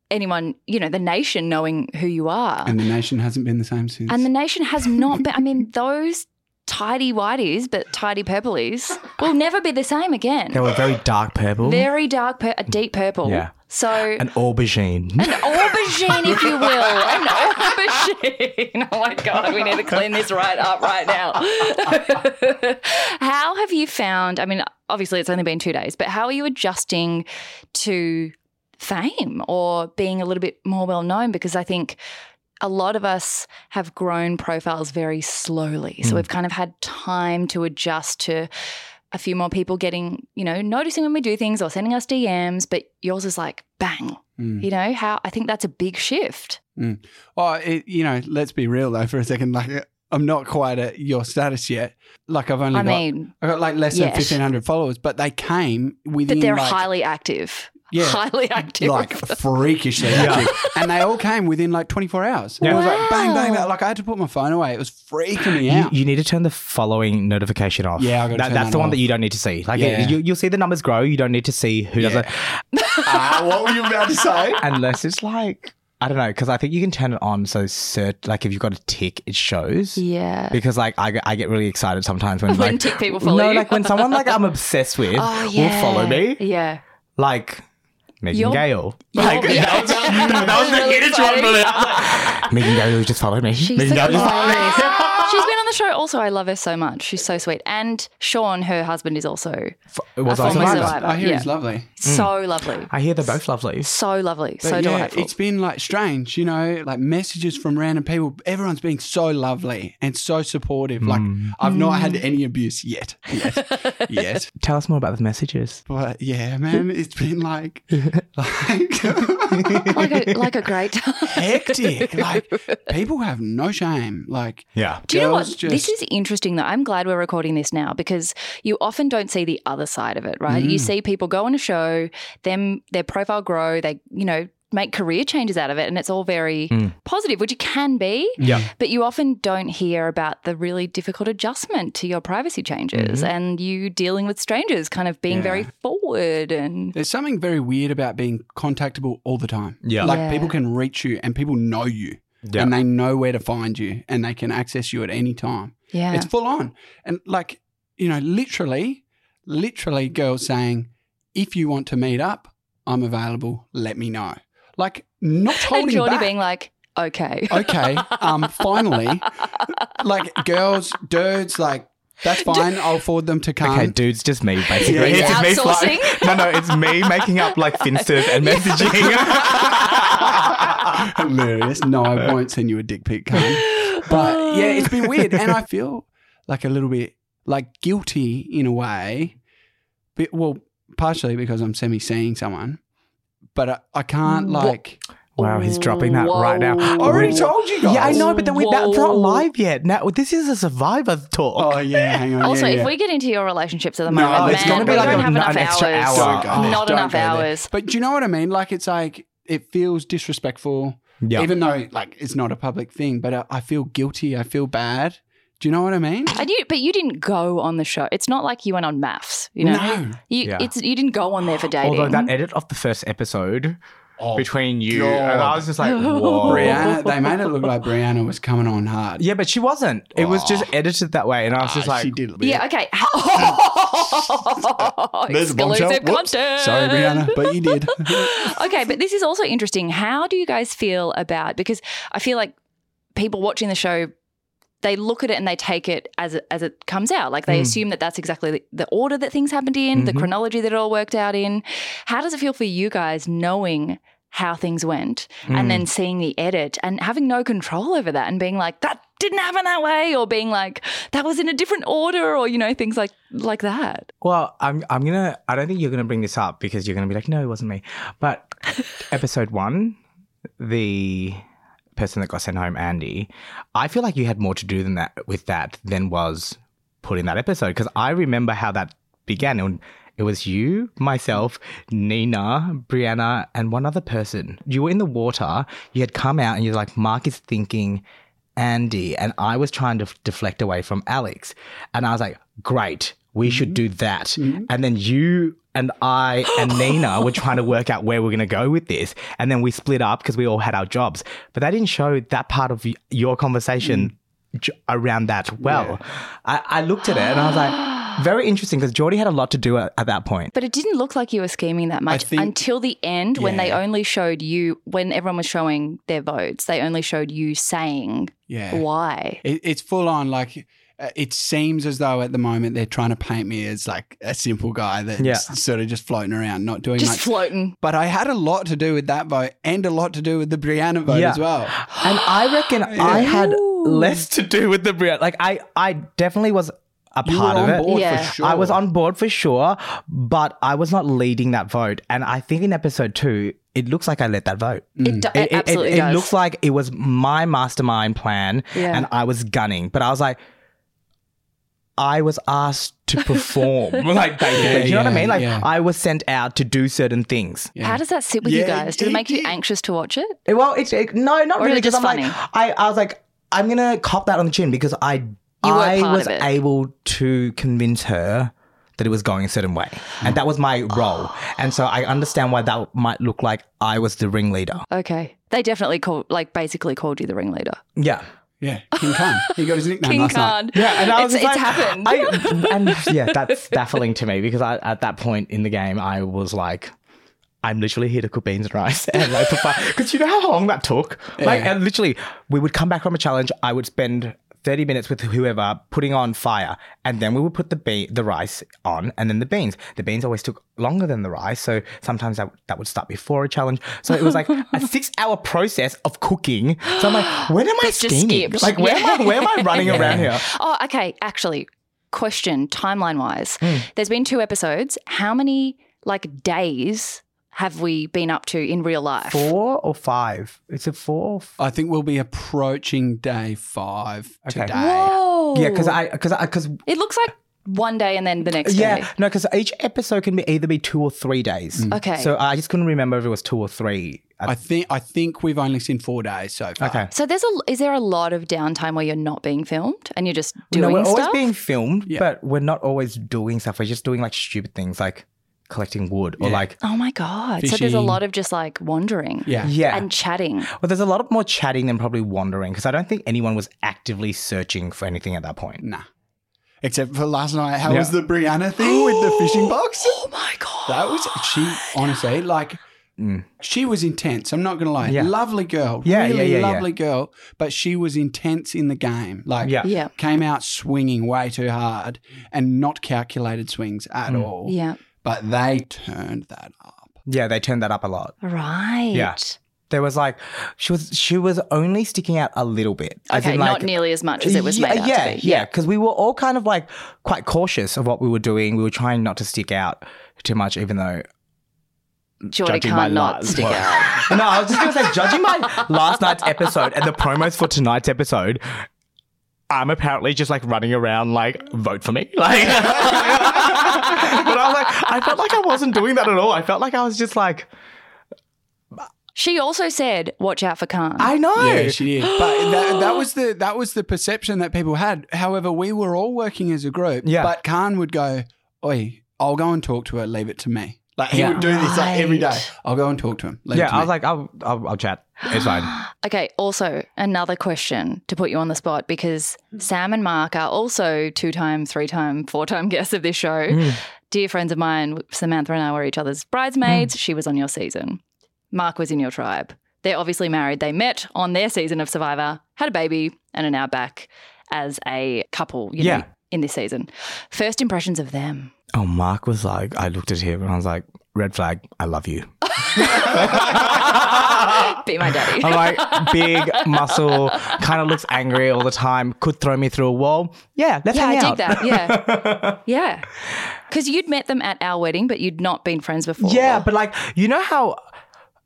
[SPEAKER 1] anyone, you know, the nation knowing who you are.
[SPEAKER 3] And the nation hasn't been the same since.
[SPEAKER 1] And the nation has not been, I mean, those tidy whiteys, but tidy purplies will never be the same again.
[SPEAKER 2] They were very dark purple.
[SPEAKER 1] Very dark, pur- a deep purple.
[SPEAKER 2] Yeah.
[SPEAKER 1] So,
[SPEAKER 2] An aubergine.
[SPEAKER 1] An aubergine, if you will. An aubergine. Oh my God, we need to clean this right up right now. how have you found? I mean, obviously, it's only been two days, but how are you adjusting to fame or being a little bit more well known? Because I think. A lot of us have grown profiles very slowly. So
[SPEAKER 2] Mm.
[SPEAKER 1] we've kind of had time to adjust to a few more people getting, you know, noticing when we do things or sending us DMs, but yours is like bang,
[SPEAKER 3] Mm.
[SPEAKER 1] you know how I think that's a big shift.
[SPEAKER 3] Oh, it, you know, let's be real though for a second. Like, I'm not quite at your status yet. Like, I've only
[SPEAKER 1] I
[SPEAKER 3] got,
[SPEAKER 1] mean,
[SPEAKER 3] I got like less than
[SPEAKER 1] Yes.
[SPEAKER 3] 1,500 followers, but they came within.
[SPEAKER 1] but they're
[SPEAKER 3] like,
[SPEAKER 1] highly active,
[SPEAKER 3] Yeah.
[SPEAKER 1] highly active.
[SPEAKER 3] like freakishly
[SPEAKER 2] Yeah.
[SPEAKER 3] active. and they all came within like 24 hours.
[SPEAKER 2] Yeah.
[SPEAKER 3] It was like bang, bang,
[SPEAKER 1] Wow.
[SPEAKER 3] bang. Like I had to put my phone away. It was freaking me
[SPEAKER 2] You,
[SPEAKER 3] out.
[SPEAKER 2] you need to turn the following notification off.
[SPEAKER 3] Yeah, I gotta
[SPEAKER 2] that,
[SPEAKER 3] turn
[SPEAKER 2] that's
[SPEAKER 3] that
[SPEAKER 2] the one
[SPEAKER 3] off.
[SPEAKER 2] that you don't need to see. Like
[SPEAKER 3] Yeah.
[SPEAKER 2] you, you'll see the numbers grow. You don't need to see who does it
[SPEAKER 3] Ah, what were you about to say?
[SPEAKER 2] unless it's like I don't know because I think you can turn it on. So cert, like if you've got a tick, it shows.
[SPEAKER 1] yeah.
[SPEAKER 2] Because like I, get- I get really excited sometimes when
[SPEAKER 1] When
[SPEAKER 2] like
[SPEAKER 1] tick people follow
[SPEAKER 2] no
[SPEAKER 1] you.
[SPEAKER 2] like when someone like I'm obsessed with
[SPEAKER 1] Oh yeah.
[SPEAKER 2] will follow me
[SPEAKER 1] Yeah.
[SPEAKER 2] like Megan
[SPEAKER 1] You're-
[SPEAKER 2] Gale
[SPEAKER 1] You're-
[SPEAKER 2] like
[SPEAKER 1] yeah.
[SPEAKER 2] that was, that, that was the
[SPEAKER 1] Really
[SPEAKER 2] hidden one for
[SPEAKER 1] exciting.
[SPEAKER 2] me. I was like, Megan Gale just followed me
[SPEAKER 1] She's
[SPEAKER 2] Megan
[SPEAKER 1] the
[SPEAKER 2] Gale just followed me
[SPEAKER 1] best. She's been on the show also. I love her so much. She's so sweet. And Sean, her husband, is also
[SPEAKER 3] Mm.
[SPEAKER 2] It was
[SPEAKER 1] a
[SPEAKER 2] on
[SPEAKER 1] former
[SPEAKER 2] Survivor.
[SPEAKER 1] survivor.
[SPEAKER 3] I hear
[SPEAKER 1] yeah.
[SPEAKER 3] he's lovely.
[SPEAKER 1] So lovely.
[SPEAKER 2] I hear they're both lovely
[SPEAKER 1] So lovely.
[SPEAKER 3] But
[SPEAKER 1] so
[SPEAKER 3] yeah,
[SPEAKER 1] delightful.
[SPEAKER 3] it's been like strange, you know, like messages from random people. Everyone's being so lovely and so supportive.
[SPEAKER 2] Mm.
[SPEAKER 3] Like I've not
[SPEAKER 1] Mm.
[SPEAKER 3] had any abuse yet. Yet. yet.
[SPEAKER 2] tell us more about the messages
[SPEAKER 3] But yeah, man, it's been like like
[SPEAKER 1] like a like a great time.
[SPEAKER 3] hectic. Like people have no shame. Like
[SPEAKER 2] yeah
[SPEAKER 1] Do you know what?
[SPEAKER 3] Girls
[SPEAKER 1] This
[SPEAKER 3] just-
[SPEAKER 1] is interesting though. I'm glad we're recording this now because you often don't see the other side of it, right?
[SPEAKER 2] Mm.
[SPEAKER 1] You see people go on a show, them their profile grow, they, you know, make career changes out of it and it's all very
[SPEAKER 2] Mm.
[SPEAKER 1] positive, which it can be,
[SPEAKER 2] yeah
[SPEAKER 1] but you often don't hear about the really difficult adjustment to your privacy changes
[SPEAKER 2] Mm-hmm.
[SPEAKER 1] and you dealing with strangers kind of being
[SPEAKER 3] Yeah.
[SPEAKER 1] very forward and
[SPEAKER 3] There's something very weird about being contactable all the time.
[SPEAKER 2] Yeah.
[SPEAKER 3] Like
[SPEAKER 1] Yeah.
[SPEAKER 3] people can reach you and people know you
[SPEAKER 2] yeah
[SPEAKER 3] and they know where to find you and they can access you at any time.
[SPEAKER 1] yeah.
[SPEAKER 3] It's full on. And like, you know, literally, literally girls saying, if you want to meet up, I'm available. Let me know. Like not
[SPEAKER 1] and
[SPEAKER 3] holding
[SPEAKER 1] Geordie
[SPEAKER 3] back.
[SPEAKER 1] being like, okay.
[SPEAKER 3] okay, um, finally, like girls, dudes, like That's fine. I'll forward them to Khan.
[SPEAKER 2] Okay, dude's just me basically.
[SPEAKER 3] Yeah,
[SPEAKER 2] It's
[SPEAKER 1] yeah.
[SPEAKER 2] me flying-
[SPEAKER 1] Outsourcing?
[SPEAKER 2] no, no, it's me making up like Finsters and messaging.
[SPEAKER 3] Hilarious. No, I won't send you a dick pic, Khan. But yeah, it's been weird. And I feel like a little bit like guilty in a way. But, well, partially because I'm semi seeing someone, but I, I can't
[SPEAKER 1] What-
[SPEAKER 3] like.
[SPEAKER 2] wow, he's dropping that right now.
[SPEAKER 1] Whoa.
[SPEAKER 2] I already told
[SPEAKER 3] you
[SPEAKER 2] yeah, I know, but then we that's
[SPEAKER 1] Whoa.
[SPEAKER 2] not live yet. Now this is a survivor talk.
[SPEAKER 3] Oh, yeah, hang on.
[SPEAKER 1] Also,
[SPEAKER 3] yeah, yeah.
[SPEAKER 1] if we get into your relationships at the
[SPEAKER 3] No,
[SPEAKER 1] moment,
[SPEAKER 3] it's
[SPEAKER 1] man,
[SPEAKER 3] gonna be
[SPEAKER 1] we
[SPEAKER 3] like
[SPEAKER 1] don't
[SPEAKER 3] a-
[SPEAKER 1] have enough
[SPEAKER 2] an extra
[SPEAKER 1] hours.
[SPEAKER 2] hour.
[SPEAKER 3] Don't go there.
[SPEAKER 1] Not
[SPEAKER 3] Don't
[SPEAKER 1] enough
[SPEAKER 3] go there.
[SPEAKER 1] hours.
[SPEAKER 3] But do you know what I mean? Like, it's like, it feels disrespectful,
[SPEAKER 2] yeah.
[SPEAKER 3] even though, like, it's not a public thing, but I, I feel guilty. I feel bad. Do you know what I mean?
[SPEAKER 1] And you, but you didn't go on the show. It's not like you went on maths. You know,
[SPEAKER 3] No.
[SPEAKER 1] you
[SPEAKER 2] Yeah.
[SPEAKER 1] it's you didn't go on there for dating.
[SPEAKER 2] Although that edit of the first episode Oh, between you and I was just like,
[SPEAKER 1] God.
[SPEAKER 2] whoa.
[SPEAKER 3] Oh, Brianna, they made it look like Brianna was coming on hard.
[SPEAKER 2] Yeah, but she wasn't. It was just edited that way, and I was just
[SPEAKER 3] Ah,
[SPEAKER 2] like,
[SPEAKER 3] she did. a bit.
[SPEAKER 1] yeah. Okay.
[SPEAKER 3] There's a bombshell.
[SPEAKER 1] Exclusive
[SPEAKER 3] Whoops.
[SPEAKER 1] content.
[SPEAKER 3] Sorry, Brianna, but you did.
[SPEAKER 1] okay, but this is also interesting. How do you guys feel about because I feel like people watching the show they look at it and they take it as it, as it comes out. Like they
[SPEAKER 2] Mm.
[SPEAKER 1] assume that that's exactly the, the order that things happened in, the
[SPEAKER 2] Mhm.
[SPEAKER 1] chronology that it all worked out in. How does it feel for you guys knowing how things went
[SPEAKER 2] Mm.
[SPEAKER 1] and then seeing the edit and having no control over that and being like that didn't happen that way or being like that was in a different order or you know things like like that.
[SPEAKER 2] Well, I'm I'm gonna I don't think you're gonna bring this up because you're gonna be like, no, it wasn't me. But episode one, the person that got sent home, Andy, I feel like you had more to do than that with that than was put in that episode. Because I remember how that began. And it was you, myself, Nina, Brianna, and one other person. You were in the water, you had come out and you're like, Mark is thinking Andy. And I was trying to f- deflect away from Alex. And I was like, great, we should do that. And then you and I and Nina were trying to work out where we're going to go with this. And then we split up because we all had our jobs. But that didn't show that part of y- your conversation j- around that well. I-, I looked at it and I was like, very interesting because Geordie had a lot to do at, at that point.
[SPEAKER 1] But it didn't look like you were scheming that much
[SPEAKER 3] think-
[SPEAKER 1] until the end when they
[SPEAKER 3] Yeah.
[SPEAKER 1] only showed you, when everyone was showing their votes, they only showed you saying
[SPEAKER 3] yeah.
[SPEAKER 1] why.
[SPEAKER 3] It, it's full on. Like uh, it seems as though at the moment they're trying to paint me as like a simple guy that's
[SPEAKER 2] Yeah.
[SPEAKER 3] sort of just floating around, not doing
[SPEAKER 1] Just
[SPEAKER 3] much.
[SPEAKER 1] floating.
[SPEAKER 3] but I had a lot to do with that vote and a lot to do with the Brianna vote
[SPEAKER 2] Yeah.
[SPEAKER 3] as well.
[SPEAKER 2] And I reckon I had less to do with the Brit. Like, I, I definitely was a
[SPEAKER 3] You were
[SPEAKER 2] part of
[SPEAKER 3] on
[SPEAKER 2] it.
[SPEAKER 3] board
[SPEAKER 1] Yeah.
[SPEAKER 3] for sure.
[SPEAKER 2] I was on board for sure, but I was not leading that vote. And I think in episode two, it looks like I led that vote.
[SPEAKER 3] Mm.
[SPEAKER 1] It, do- it, absolutely
[SPEAKER 2] it,
[SPEAKER 1] does.
[SPEAKER 2] looks like it was my mastermind plan
[SPEAKER 1] Yeah.
[SPEAKER 2] and I was gunning. But I was like, I was asked to perform. like, basically.
[SPEAKER 3] Yeah,
[SPEAKER 2] Do you know what I
[SPEAKER 3] yeah,
[SPEAKER 2] mean? Like,
[SPEAKER 3] yeah.
[SPEAKER 2] I was sent out to do certain things.
[SPEAKER 3] Yeah.
[SPEAKER 1] How does that sit with you
[SPEAKER 3] Yeah,
[SPEAKER 1] guys? Did it
[SPEAKER 3] it
[SPEAKER 1] make you
[SPEAKER 3] did.
[SPEAKER 1] anxious to watch it?
[SPEAKER 2] It- Well, it's it, no, not
[SPEAKER 1] Or is
[SPEAKER 2] really.
[SPEAKER 1] it just
[SPEAKER 2] Because I'm like,
[SPEAKER 1] funny?
[SPEAKER 2] I, I was like, I'm gonna cop that on the chin because I,
[SPEAKER 1] You were
[SPEAKER 2] I
[SPEAKER 1] part
[SPEAKER 2] was
[SPEAKER 1] of it.
[SPEAKER 2] able to convince her that it was going a certain way, and that was my role. And so I understand why that might look like I was the ringleader.
[SPEAKER 1] Okay. They definitely called, like, basically called you the ringleader.
[SPEAKER 2] Yeah,
[SPEAKER 3] Yeah, King Khan. He got his nickname
[SPEAKER 1] King
[SPEAKER 3] last night.
[SPEAKER 1] Khan.
[SPEAKER 2] yeah. And I was
[SPEAKER 1] it's, it's
[SPEAKER 2] just like,
[SPEAKER 1] happened.
[SPEAKER 2] I, and yeah, that's baffling to me because I, at that point in the game, I was like. I'm literally here to cook beans and rice and like because you know how long that took. Like,
[SPEAKER 3] Yeah.
[SPEAKER 2] and literally, we would come back from a challenge. I would spend 30 minutes with whoever putting on fire, and then we would put the be- the rice on, and then the beans. The beans always took longer than the rice, so sometimes that that would start before a challenge. So it was like a six hour process of cooking. So I'm like, when am I
[SPEAKER 1] That's just
[SPEAKER 2] scheming?
[SPEAKER 1] skipped.
[SPEAKER 2] Like, where am I? Where am I running
[SPEAKER 1] Yeah.
[SPEAKER 2] around here?
[SPEAKER 1] Oh, okay. Actually, question timeline wise, there's been two episodes. How many like days have we been up to in real life?
[SPEAKER 2] Four or five? Is it four? Or five?
[SPEAKER 3] I think we'll be approaching day five
[SPEAKER 2] Okay.
[SPEAKER 3] today.
[SPEAKER 1] Whoa.
[SPEAKER 2] Yeah, because I because I because
[SPEAKER 1] It looks like one day and then the next day.
[SPEAKER 2] Yeah, no, because each episode can be either be two or three days.
[SPEAKER 1] Mm. Okay.
[SPEAKER 2] So I just couldn't remember if it was two or three. I-
[SPEAKER 3] I think I think we've only seen four days so far.
[SPEAKER 2] okay.
[SPEAKER 1] so there's a is there a lot of downtime where you're not being filmed and you're just doing
[SPEAKER 2] no, we're
[SPEAKER 1] stuff?
[SPEAKER 2] always being filmed,
[SPEAKER 3] Yeah.
[SPEAKER 2] but we're not always doing stuff. We're just doing like stupid things, like collecting wood or
[SPEAKER 3] Yeah.
[SPEAKER 2] like
[SPEAKER 1] oh my god! So there's a
[SPEAKER 3] Fishing.
[SPEAKER 1] lot of just like wandering
[SPEAKER 3] Yeah.
[SPEAKER 2] yeah.
[SPEAKER 1] and chatting.
[SPEAKER 2] well, there's a lot of more chatting than probably wandering because I don't think anyone was actively searching for anything at that point.
[SPEAKER 3] Nah. Except for last night, how
[SPEAKER 2] Yeah.
[SPEAKER 3] was the Brianna thing with the fishing box?
[SPEAKER 1] Oh my god!
[SPEAKER 3] That was she honestly like
[SPEAKER 2] Mm.
[SPEAKER 3] She was intense. I'm not going to lie.
[SPEAKER 2] Yeah.
[SPEAKER 3] Lovely girl.
[SPEAKER 2] Yeah, yeah,
[SPEAKER 3] really
[SPEAKER 2] yeah, yeah.
[SPEAKER 3] lovely girl. But she was intense in the game. Like,
[SPEAKER 2] Yeah.
[SPEAKER 1] Yeah.
[SPEAKER 3] came out swinging way too hard and not calculated swings at
[SPEAKER 2] Mm.
[SPEAKER 3] all.
[SPEAKER 1] Yeah.
[SPEAKER 3] But they turned that up.
[SPEAKER 2] Yeah, they turned that up a lot.
[SPEAKER 1] Right.
[SPEAKER 2] Yeah. There was like she was she was only sticking out a little bit. As
[SPEAKER 1] Okay,
[SPEAKER 2] in, like-
[SPEAKER 1] not nearly as much as it was
[SPEAKER 2] yeah,
[SPEAKER 1] made out
[SPEAKER 2] yeah,
[SPEAKER 1] to be.
[SPEAKER 2] yeah, because we were all kind of like quite cautious of what we were doing. We were trying not to stick out too much, even though
[SPEAKER 1] Jordy
[SPEAKER 2] judging my
[SPEAKER 1] can't not
[SPEAKER 2] last
[SPEAKER 1] stick
[SPEAKER 2] one.
[SPEAKER 1] out.
[SPEAKER 2] no, I was just gonna say, judging my last night's episode and the promos for tonight's episode, I'm apparently just like running around like, vote for me. Like But I was like, I felt like I wasn't doing that at all. I felt like I was just like,
[SPEAKER 1] She also said, "Watch out for Khan."
[SPEAKER 2] I know.
[SPEAKER 3] Yeah, she did. But that, that was the that was the perception that people had. However, we were all working as a group.
[SPEAKER 2] Yeah.
[SPEAKER 3] But Khan would go, "Oi, I'll go and talk to her. Leave it to me." Like he
[SPEAKER 2] Yeah.
[SPEAKER 3] would do this like every day.
[SPEAKER 1] Right.
[SPEAKER 3] I'll go and talk to him. Leave it
[SPEAKER 2] yeah,
[SPEAKER 3] to
[SPEAKER 2] I
[SPEAKER 3] me."
[SPEAKER 2] was like, I'll, I'll, I'll chat. It's fine.
[SPEAKER 1] okay. Also, another question to put you on the spot because Sam and Mark are also two-time, three-time, four-time guests of this show.
[SPEAKER 2] Mm.
[SPEAKER 1] Dear friends of mine, Samantha and I were each other's bridesmaids. She was on your season. Mark was in your tribe. They're obviously married. They met on their season of Survivor, had a baby, and are now back as a couple. You
[SPEAKER 2] Yeah.
[SPEAKER 1] Know, in this season, first impressions of them.
[SPEAKER 2] Oh, Mark was like, I looked at him and I was like, red flag, I love you.
[SPEAKER 1] Be my daddy.
[SPEAKER 2] I'm like, big muscle, kind of looks angry all the time, could throw me through a wall. Yeah, let's
[SPEAKER 1] Yeah, I
[SPEAKER 2] hang
[SPEAKER 1] dig
[SPEAKER 2] out.
[SPEAKER 1] that. Yeah. yeah. Because you'd met them at our wedding, but you'd not been friends before.
[SPEAKER 2] Yeah, but like, you know how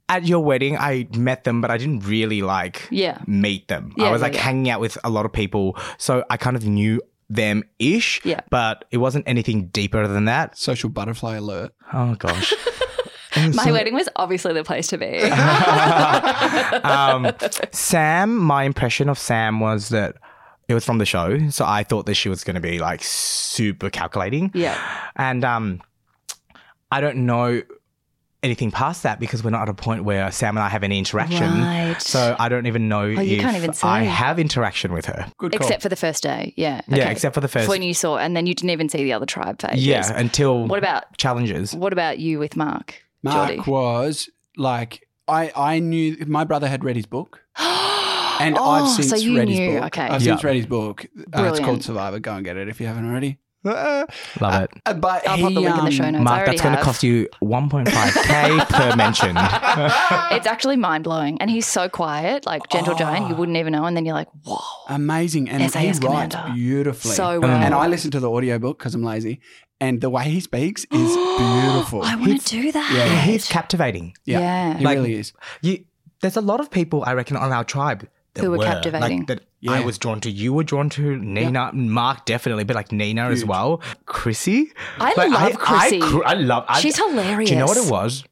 [SPEAKER 2] at your wedding I met them, but I didn't really like
[SPEAKER 1] Yeah.
[SPEAKER 2] meet them.
[SPEAKER 1] Yeah,
[SPEAKER 2] I was
[SPEAKER 1] yeah,
[SPEAKER 2] like
[SPEAKER 1] yeah.
[SPEAKER 2] hanging out with a lot of people, so I kind of knew them ish.
[SPEAKER 1] Yeah.
[SPEAKER 2] but it wasn't anything deeper than that.
[SPEAKER 3] Social butterfly alert.
[SPEAKER 2] Oh gosh.
[SPEAKER 1] My wedding was obviously the place to be.
[SPEAKER 3] Uh-huh.
[SPEAKER 2] um, Sam, my impression of Sam was that it was from the show, so I thought that she was going to be like super calculating.
[SPEAKER 1] yeah.
[SPEAKER 2] And um, I don't know anything past that because we're not at a point where Sam and I have any interaction.
[SPEAKER 1] Right. Oh,
[SPEAKER 2] So I don't even know
[SPEAKER 1] you
[SPEAKER 2] if
[SPEAKER 1] can't even say.
[SPEAKER 2] I have interaction with her.
[SPEAKER 3] Good call.
[SPEAKER 1] Except for the first day. Yeah.
[SPEAKER 2] Yeah, except for the first.
[SPEAKER 1] when you saw, and then you didn't even see the other tribe phase.
[SPEAKER 2] yeah, until
[SPEAKER 1] What about
[SPEAKER 2] challenges.
[SPEAKER 1] what about you with Mark?
[SPEAKER 3] Mark
[SPEAKER 1] Geordie?
[SPEAKER 3] was like, I I knew my brother had read his book. And I've
[SPEAKER 1] Oh,
[SPEAKER 3] since
[SPEAKER 1] so you
[SPEAKER 3] read
[SPEAKER 1] knew.
[SPEAKER 3] his book.
[SPEAKER 1] Okay.
[SPEAKER 3] I've
[SPEAKER 2] Yeah.
[SPEAKER 3] since read his book. Uh, it's
[SPEAKER 1] Brilliant.
[SPEAKER 3] called Survivor. Go and get it if you haven't already.
[SPEAKER 2] Love it.
[SPEAKER 3] Uh, but
[SPEAKER 1] I'll pop
[SPEAKER 3] he,
[SPEAKER 1] the link in the show
[SPEAKER 3] um,
[SPEAKER 1] notes. I
[SPEAKER 2] Mark,
[SPEAKER 1] already
[SPEAKER 2] that's going to
[SPEAKER 1] have.
[SPEAKER 2] cost you 1.5k per mention.
[SPEAKER 1] It's actually mind blowing. And he's so quiet, like
[SPEAKER 3] Oh.
[SPEAKER 1] gentle giant, you wouldn't even know. And then you're like, whoa.
[SPEAKER 3] Amazing. And
[SPEAKER 1] SAS
[SPEAKER 3] he writes
[SPEAKER 1] Commander.
[SPEAKER 3] beautifully.
[SPEAKER 1] So well.
[SPEAKER 3] and I listen to the audiobook because I'm lazy. And the way he speaks is beautiful.
[SPEAKER 1] I want to do that.
[SPEAKER 3] yeah,
[SPEAKER 2] He's captivating.
[SPEAKER 3] yeah,
[SPEAKER 1] Yeah.
[SPEAKER 3] he
[SPEAKER 2] Like-
[SPEAKER 3] really is.
[SPEAKER 2] You, there's a lot of people I reckon on our tribe that
[SPEAKER 1] Who were
[SPEAKER 2] were,
[SPEAKER 1] captivating.
[SPEAKER 2] Like, that
[SPEAKER 3] Yeah.
[SPEAKER 2] I was drawn to. You were drawn to Nina, Mark definitely, but like Nina as
[SPEAKER 3] Huge.
[SPEAKER 2] well. Chrissy,
[SPEAKER 1] I
[SPEAKER 2] Like,
[SPEAKER 1] love Chrissy.
[SPEAKER 2] I, cr- I love. I,
[SPEAKER 1] She's hilarious.
[SPEAKER 2] Do you know what it was?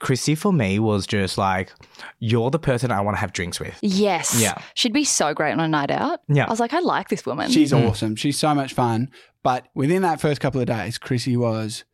[SPEAKER 2] Chrissy for me was just like, you're the person I want to have drinks with.
[SPEAKER 1] Yes.
[SPEAKER 2] Yeah.
[SPEAKER 1] She'd be so great on a night out.
[SPEAKER 2] Yeah.
[SPEAKER 1] I was like, I like this woman.
[SPEAKER 3] She's awesome. She's so much fun. But within that first couple of days, Chrissy was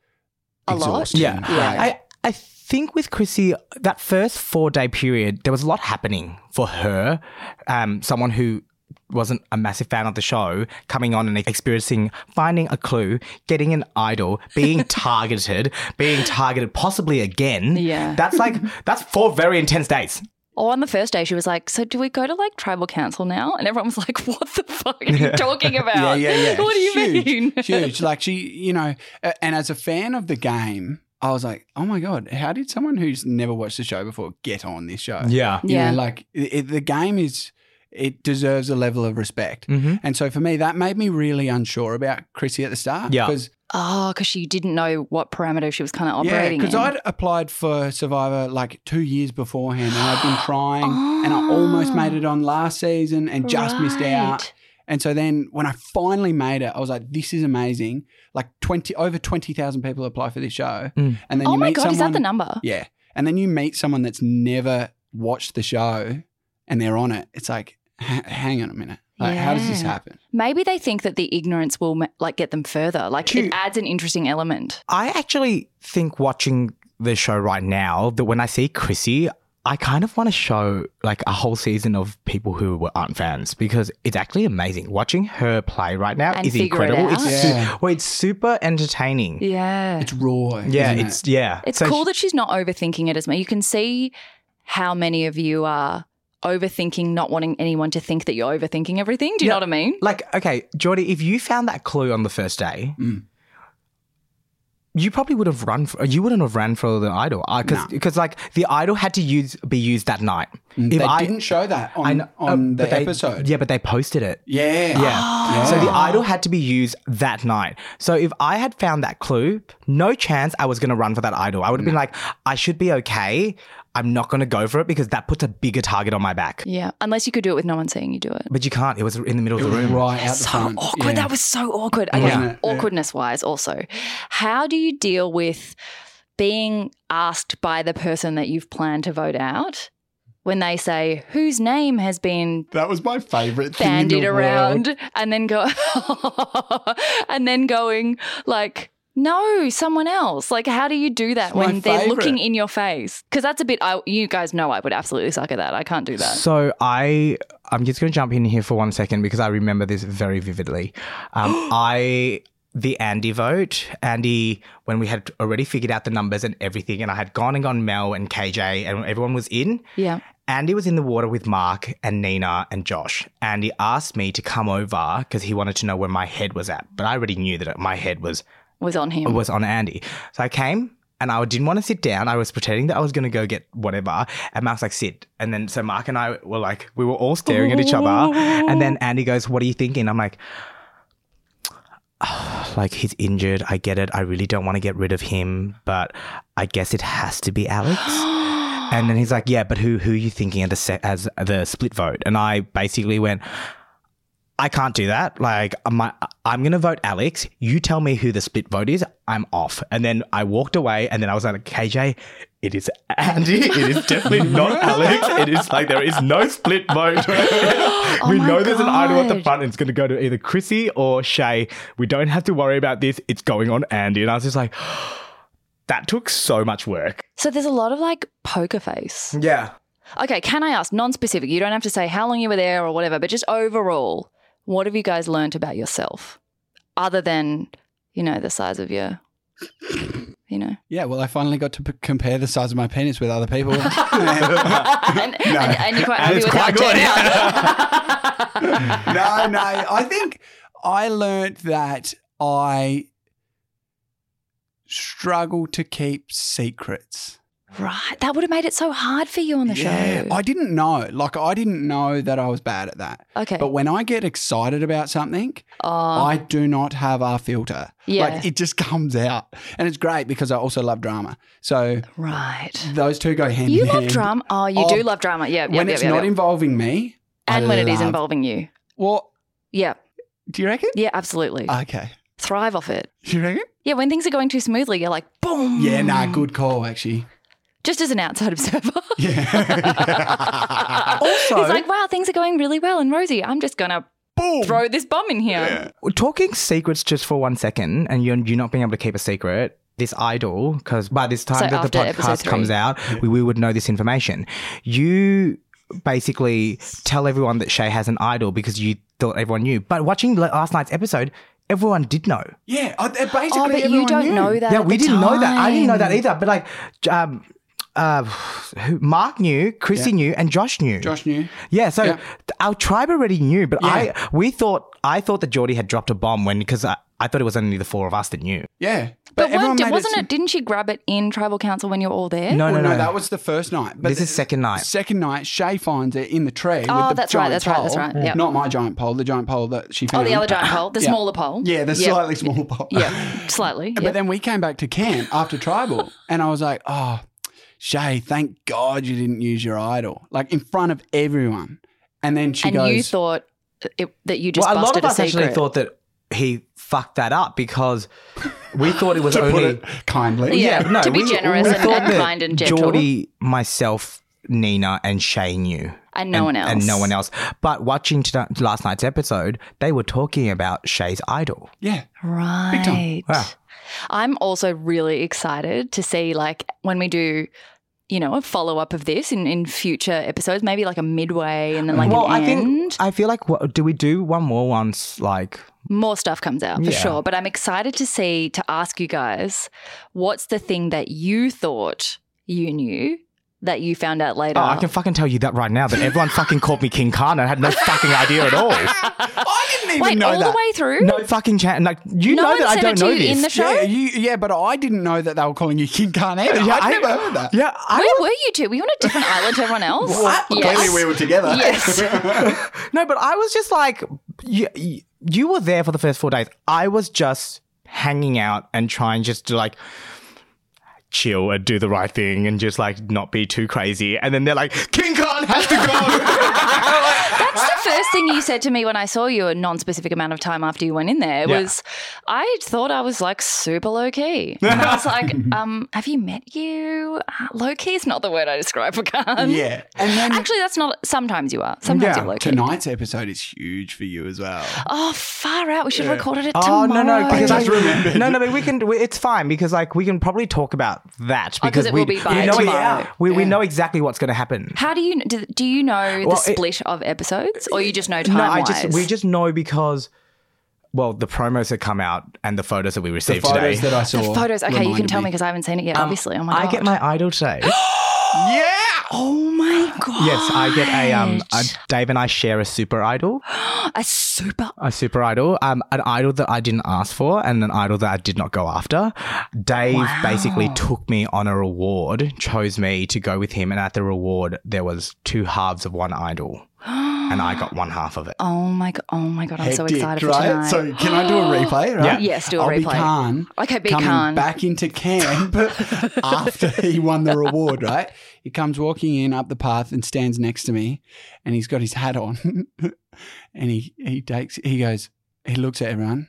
[SPEAKER 1] A lot.
[SPEAKER 3] exhausting.
[SPEAKER 2] Yeah.
[SPEAKER 1] Yeah.
[SPEAKER 3] Like,
[SPEAKER 2] I, I think with Chrissy, that first four day period, there was a lot happening for her. Um, someone who wasn't a massive fan of the show, coming on and experiencing finding a clue, getting an idol, being targeted, being targeted possibly again.
[SPEAKER 1] Yeah.
[SPEAKER 2] That's like, that's four very intense days.
[SPEAKER 1] or on the first day, she was like, So do we go to like tribal council now? And everyone was like, What the fuck are you talking
[SPEAKER 3] yeah,
[SPEAKER 1] about?
[SPEAKER 3] yeah, yeah.
[SPEAKER 1] What do you
[SPEAKER 3] Huge,
[SPEAKER 1] mean?
[SPEAKER 3] huge. Like she, you know, a- and as a fan of the game, I was like, oh my God, how did someone who's never watched the show before get on this show?
[SPEAKER 2] Yeah.
[SPEAKER 3] You know,
[SPEAKER 1] Yeah.
[SPEAKER 3] like it, it- the game is, it deserves a level of respect.
[SPEAKER 1] Mm.
[SPEAKER 2] Mm-hmm.
[SPEAKER 3] And so for me, that made me really unsure about Chrissy at the start.
[SPEAKER 2] Yeah.
[SPEAKER 3] Because
[SPEAKER 1] Oh, because she didn't know what parameter she was kind of operating in.
[SPEAKER 3] I'd applied for Survivor like two years beforehand, and I'd been trying, and I almost
[SPEAKER 1] Ah.
[SPEAKER 3] made it on last season, and just missed out.
[SPEAKER 1] Right.
[SPEAKER 3] And so then when I finally made it, I was like, "This is amazing!" Like twenty over twenty thousand people apply for this show,
[SPEAKER 2] Mm.
[SPEAKER 3] and then
[SPEAKER 1] Oh
[SPEAKER 3] you
[SPEAKER 1] my
[SPEAKER 3] meet
[SPEAKER 1] God,
[SPEAKER 3] someone,
[SPEAKER 1] is that the number?
[SPEAKER 3] Yeah, and then you meet someone that's never watched the show, and they're on it. It's like, "H- hang on a minute, like, how does this
[SPEAKER 1] Yeah.
[SPEAKER 3] happen?
[SPEAKER 1] Maybe they think that the ignorance will ma- like get them further. Like it
[SPEAKER 2] Cute.
[SPEAKER 1] adds an interesting element.
[SPEAKER 2] I actually think watching the show right now that when I see Chrissy, I kind of want to show like a whole season of people who were, aren't fans because it's actually amazing. Watching her play right now
[SPEAKER 1] And
[SPEAKER 2] is
[SPEAKER 1] figure it
[SPEAKER 2] incredible. It's
[SPEAKER 1] out.
[SPEAKER 2] su-
[SPEAKER 3] Yeah.
[SPEAKER 2] well, it's super entertaining.
[SPEAKER 1] Yeah.
[SPEAKER 3] It's raw.
[SPEAKER 2] Yeah,
[SPEAKER 3] isn't it?
[SPEAKER 2] it's yeah.
[SPEAKER 1] It's
[SPEAKER 2] So
[SPEAKER 1] cool
[SPEAKER 2] she-
[SPEAKER 1] that she's not overthinking it as much. You can see how many of you are overthinking, not wanting anyone to think that you're overthinking everything. Do you know
[SPEAKER 2] Yeah.
[SPEAKER 1] what I mean?
[SPEAKER 2] like okay, Jordy, if you found that clue on the first day,
[SPEAKER 3] Mm.
[SPEAKER 2] you probably would have run. For, you wouldn't have ran for the idol because
[SPEAKER 3] No.
[SPEAKER 2] because like the idol had to use be used that night.
[SPEAKER 3] Mm,
[SPEAKER 2] If
[SPEAKER 3] they
[SPEAKER 2] I-
[SPEAKER 3] didn't show that on,
[SPEAKER 2] I kn- uh,
[SPEAKER 3] on the
[SPEAKER 2] but they-
[SPEAKER 3] episode.
[SPEAKER 2] Yeah, but they posted it.
[SPEAKER 3] Yeah.
[SPEAKER 2] Yeah.
[SPEAKER 3] Yeah.
[SPEAKER 2] So the idol had to be used that night. So if I had found that clue, no chance I was going to run for that idol. I would have
[SPEAKER 3] Mm.
[SPEAKER 2] been like, I should be okay. I'm not going to go for it because that puts a bigger target on my back.
[SPEAKER 1] Yeah. Unless you could do it with no one seeing you do it.
[SPEAKER 2] But you can't. It was in the middle
[SPEAKER 3] It
[SPEAKER 2] of the
[SPEAKER 3] was
[SPEAKER 2] room.
[SPEAKER 3] right out the
[SPEAKER 1] So
[SPEAKER 3] front.
[SPEAKER 1] awkward.
[SPEAKER 3] Yeah.
[SPEAKER 1] That was so awkward. Okay.
[SPEAKER 3] Wasn't it? Yeah.
[SPEAKER 1] Awkwardness wise, also. How do you deal with being asked by the person that you've planned to vote out when they say, whose name has been
[SPEAKER 3] That was my favorite thing. in the
[SPEAKER 1] bandied
[SPEAKER 3] world.
[SPEAKER 1] around and then go and then going like no someone else like how do you do that
[SPEAKER 3] It's my
[SPEAKER 1] when they're
[SPEAKER 3] favourite.
[SPEAKER 1] looking in your face because that's a bit I, you guys know i would absolutely suck at that i can't do that
[SPEAKER 2] So I, I'm just going to jump in here for one second because I remember this very vividly. Um, I, the Andy vote, Andy, when we had already figured out the numbers and everything, and I had gone and gone Mel and KJ and everyone was in,
[SPEAKER 1] yeah
[SPEAKER 2] Andy was in the water with Mark and Nina and Josh. Andy asked me to come over because he wanted to know where my head was at. But I already knew that my head was
[SPEAKER 1] was on him
[SPEAKER 2] was on Andy. So I came and I didn't want to sit down. I was pretending that I was going to go get whatever. And Mark's like, sit. And then so Mark and I were like, we were all staring at each other. And then Andy goes, what are you thinking? I'm like, "Ah, like he's injured. I get it. I really don't want to get rid of him, but I guess it has to be Alex. and then he's like, yeah, but who who are you thinking at the se- as the split vote? And I basically went, I can't do that. Like, my, I'm going to vote Alex. You tell me who the split vote is. I'm off. And then I walked away, and then I was like, KJ, it is Andy. It is definitely not Alex. It is like there is no split vote. we
[SPEAKER 1] Oh my
[SPEAKER 2] know there's an idol at the
[SPEAKER 1] God.
[SPEAKER 2] front. and It's going to go to either Chrissy or Shay. We don't have to worry about this. It's going on Andy. And I was just like, that took so much work.
[SPEAKER 1] so there's a lot of like poker face
[SPEAKER 2] Yeah.
[SPEAKER 1] okay can i ask non-specific you don't have to say how long you were there or whatever but just overall what have you guys learnt about yourself other than you know the size of your you know
[SPEAKER 3] Yeah, well, I finally got to p- compare the size of my penis with other people.
[SPEAKER 1] and, and, and you're quite
[SPEAKER 2] And
[SPEAKER 1] happy
[SPEAKER 2] it's
[SPEAKER 1] with
[SPEAKER 2] quite good.
[SPEAKER 1] how it turned out.
[SPEAKER 3] no, no. I think I learnt that I struggle to keep secrets.
[SPEAKER 1] Right. That would have made it so hard for you on the
[SPEAKER 3] Yeah,
[SPEAKER 1] show.
[SPEAKER 3] I didn't know. Like, I didn't know that I was bad at that.
[SPEAKER 1] okay.
[SPEAKER 3] But when I get excited about something,
[SPEAKER 1] Oh,
[SPEAKER 3] I do not have our filter.
[SPEAKER 1] yeah.
[SPEAKER 3] Like, it just comes out. And it's great because I also love drama. So
[SPEAKER 1] right.
[SPEAKER 3] those two go hand
[SPEAKER 1] You
[SPEAKER 3] in
[SPEAKER 1] love
[SPEAKER 3] hand.
[SPEAKER 1] drama. Oh, you do
[SPEAKER 3] Oh,
[SPEAKER 1] love drama. Yeah. yeah
[SPEAKER 3] When
[SPEAKER 1] yeah,
[SPEAKER 3] it's
[SPEAKER 1] yeah,
[SPEAKER 3] not
[SPEAKER 1] yeah.
[SPEAKER 3] involving me, I
[SPEAKER 1] and when it is
[SPEAKER 3] love-
[SPEAKER 1] involving you.
[SPEAKER 3] Well,
[SPEAKER 1] Yeah.
[SPEAKER 3] do you reckon?
[SPEAKER 1] Yeah, absolutely.
[SPEAKER 3] Okay.
[SPEAKER 1] Thrive off it.
[SPEAKER 3] Do you reckon?
[SPEAKER 1] Yeah, when things are going too smoothly, you're like, boom.
[SPEAKER 3] Yeah, nah, good call, actually.
[SPEAKER 1] Just as an outside observer.
[SPEAKER 3] Yeah.
[SPEAKER 1] also, it's like, wow, things are going really well. And Rosie, I'm just going to
[SPEAKER 3] Boom.
[SPEAKER 1] throw this bomb in here.
[SPEAKER 2] Talking secrets just for one second, and you're, you're not being able to keep a secret. This idol, because by this
[SPEAKER 1] So
[SPEAKER 2] time that
[SPEAKER 1] after
[SPEAKER 2] the
[SPEAKER 1] episode
[SPEAKER 2] podcast
[SPEAKER 1] three.
[SPEAKER 2] comes out, we, we would know this information. You basically tell everyone that Shay has an idol because you thought everyone knew. But watching la- last night's episode, everyone did know.
[SPEAKER 3] Yeah, I- they're basically
[SPEAKER 1] Oh, but you
[SPEAKER 3] everyone
[SPEAKER 1] don't
[SPEAKER 3] knew.
[SPEAKER 1] know that.
[SPEAKER 2] yeah,
[SPEAKER 1] at
[SPEAKER 2] we
[SPEAKER 1] the
[SPEAKER 2] didn't know that. I didn't know that
[SPEAKER 1] time.
[SPEAKER 2] either. But like, j- um, uh, who- Mark knew, Chrissy knew, and Josh knew.
[SPEAKER 3] Josh knew.
[SPEAKER 2] Yeah, so
[SPEAKER 3] Yeah.
[SPEAKER 2] th- our tribe already knew, but
[SPEAKER 3] Yeah.
[SPEAKER 2] I we thought I thought that Geordie had dropped a bomb when because I, I thought it was only the four of us that knew.
[SPEAKER 3] Yeah.
[SPEAKER 1] But,
[SPEAKER 3] everyone
[SPEAKER 1] weren't-
[SPEAKER 3] made
[SPEAKER 1] wasn't
[SPEAKER 3] seem-
[SPEAKER 1] it? Didn't she grab it in tribal council when you were all there?
[SPEAKER 2] No,
[SPEAKER 3] Well,
[SPEAKER 2] no, no.
[SPEAKER 3] Oh, that was the first night. But
[SPEAKER 2] this
[SPEAKER 3] the
[SPEAKER 2] is second night.
[SPEAKER 3] second night, Shay finds it in the tree.
[SPEAKER 1] Oh,
[SPEAKER 3] with the
[SPEAKER 1] that's right,
[SPEAKER 3] giant
[SPEAKER 1] that's right, that's
[SPEAKER 3] pole.
[SPEAKER 1] right, yeah.
[SPEAKER 3] Not my giant pole, the giant pole that she
[SPEAKER 1] Oh,
[SPEAKER 3] found.
[SPEAKER 1] the other giant pole, the
[SPEAKER 3] Yeah.
[SPEAKER 1] smaller pole.
[SPEAKER 3] Yeah, the
[SPEAKER 1] Yep.
[SPEAKER 3] slightly smaller pole.
[SPEAKER 1] Yeah, slightly.
[SPEAKER 3] But
[SPEAKER 1] yeah.
[SPEAKER 3] then we came back to camp after tribal, and I was like, oh, Shay, thank God you didn't use your idol, like in front of everyone. And then she
[SPEAKER 1] and
[SPEAKER 3] goes,
[SPEAKER 1] you thought it, that you just
[SPEAKER 2] well, a lot
[SPEAKER 1] busted
[SPEAKER 2] of us
[SPEAKER 1] a secret.
[SPEAKER 2] actually thought that he fucked that up because we thought it was
[SPEAKER 3] to put
[SPEAKER 2] only
[SPEAKER 3] it kindly.
[SPEAKER 1] Yeah,
[SPEAKER 2] no,
[SPEAKER 1] to be
[SPEAKER 2] we-
[SPEAKER 1] generous
[SPEAKER 2] we
[SPEAKER 1] and-
[SPEAKER 2] thought
[SPEAKER 1] and
[SPEAKER 2] that
[SPEAKER 1] kind and gentle.
[SPEAKER 2] Geordie, myself, Nina, and Shay knew.
[SPEAKER 1] and no
[SPEAKER 2] and,
[SPEAKER 1] one else.
[SPEAKER 2] And no one else. But watching tonight last night's episode, they were talking about Shay's idol.
[SPEAKER 3] Yeah.
[SPEAKER 1] Right.
[SPEAKER 2] Wow.
[SPEAKER 1] I'm also really excited to see, like, when we do you know, a follow up of this in, in future episodes, maybe like a midway and then like
[SPEAKER 2] well,
[SPEAKER 1] an
[SPEAKER 2] I
[SPEAKER 1] end.
[SPEAKER 2] think I feel like what, do we do one more once? Like
[SPEAKER 1] More stuff comes out for
[SPEAKER 2] Yeah.
[SPEAKER 1] sure. But I'm excited to see, to ask you guys, what's the thing that you thought you knew that you found out later?
[SPEAKER 2] oh, I can fucking tell you that right now that everyone fucking called me King Khan and I had no fucking idea at all. I didn't even
[SPEAKER 1] Wait,
[SPEAKER 2] know
[SPEAKER 1] all
[SPEAKER 2] that.
[SPEAKER 1] the way through?
[SPEAKER 2] No fucking chance. Like you
[SPEAKER 1] No
[SPEAKER 2] know
[SPEAKER 1] one
[SPEAKER 2] that I
[SPEAKER 1] said
[SPEAKER 2] don't
[SPEAKER 1] it to
[SPEAKER 2] know
[SPEAKER 1] you
[SPEAKER 2] this.
[SPEAKER 1] in the show.
[SPEAKER 3] Yeah, you, yeah, but I didn't know that they were calling you King Khan either.
[SPEAKER 2] Yeah,
[SPEAKER 3] I'd
[SPEAKER 2] I-
[SPEAKER 3] never heard that.
[SPEAKER 2] yeah, I
[SPEAKER 1] Where were you two? Were you on a different island to everyone else? Yes.
[SPEAKER 3] were together.
[SPEAKER 1] Yes.
[SPEAKER 2] No, but I was just like, you, you- you were there for the first four days. I was just hanging out and trying just to like chill and do the right thing and just like not be too crazy. And then they're like, King Khan has to go.
[SPEAKER 1] That's the first thing you said to me when I saw you a non specific amount of time after you went in there
[SPEAKER 2] Yeah.
[SPEAKER 1] was, I thought I was like super low key. And I was like, um, have you met you? Uh, low key is not the word I describe for Khan.
[SPEAKER 3] Yeah. And then
[SPEAKER 1] Actually, that's not. Sometimes you are. Sometimes
[SPEAKER 2] Yeah,
[SPEAKER 1] you're low key.
[SPEAKER 3] tonight's episode is huge for you as well.
[SPEAKER 1] Oh, far out. We should have recorded it
[SPEAKER 2] Oh
[SPEAKER 1] tomorrow.
[SPEAKER 2] no no!
[SPEAKER 3] because I
[SPEAKER 2] I-
[SPEAKER 3] remembered.
[SPEAKER 2] No no, but we can. We, it's fine because like we can probably talk about that
[SPEAKER 1] Oh, 'cause
[SPEAKER 2] because
[SPEAKER 1] it
[SPEAKER 2] we
[SPEAKER 1] will be by
[SPEAKER 2] you know it-
[SPEAKER 1] tomorrow.
[SPEAKER 2] we, we know exactly what's going to happen.
[SPEAKER 1] How do you do? Do you know the
[SPEAKER 2] Well, it-
[SPEAKER 1] split of episodes, or you just know time
[SPEAKER 2] No, I
[SPEAKER 1] wise?
[SPEAKER 2] just we just know because well the promos that come out and the photos that we
[SPEAKER 3] The
[SPEAKER 2] received today.
[SPEAKER 3] photos that I saw.
[SPEAKER 1] the photos. Okay, you can
[SPEAKER 3] reminded
[SPEAKER 1] tell me because I haven't seen it yet. obviously, oh my god,
[SPEAKER 2] Um, I get my idol today.
[SPEAKER 3] Yeah.
[SPEAKER 1] Oh my god.
[SPEAKER 2] Yes, I get a um. A, Dave and I share a super idol,
[SPEAKER 1] a super.
[SPEAKER 2] a super idol, um, an idol that I didn't ask for, and an idol that I did not go after. Dave basically took me on a reward, chose me to go with him, and at the reward there was two halves of one idol, and I got one half of it.
[SPEAKER 1] Oh my god. Oh my god. I'm so
[SPEAKER 3] Hectic,
[SPEAKER 1] excited for
[SPEAKER 3] right?
[SPEAKER 1] tonight.
[SPEAKER 3] So can I do a replay? Right?
[SPEAKER 2] Yeah.
[SPEAKER 1] Yes, do a
[SPEAKER 3] I'll Be
[SPEAKER 1] replay.
[SPEAKER 3] Khan
[SPEAKER 1] Okay, be
[SPEAKER 3] coming
[SPEAKER 1] Khan.
[SPEAKER 3] back into camp after he won the reward. Right? He comes walking in up the path and stands next to me, and he's got his hat on, and he he takes he goes he looks at everyone,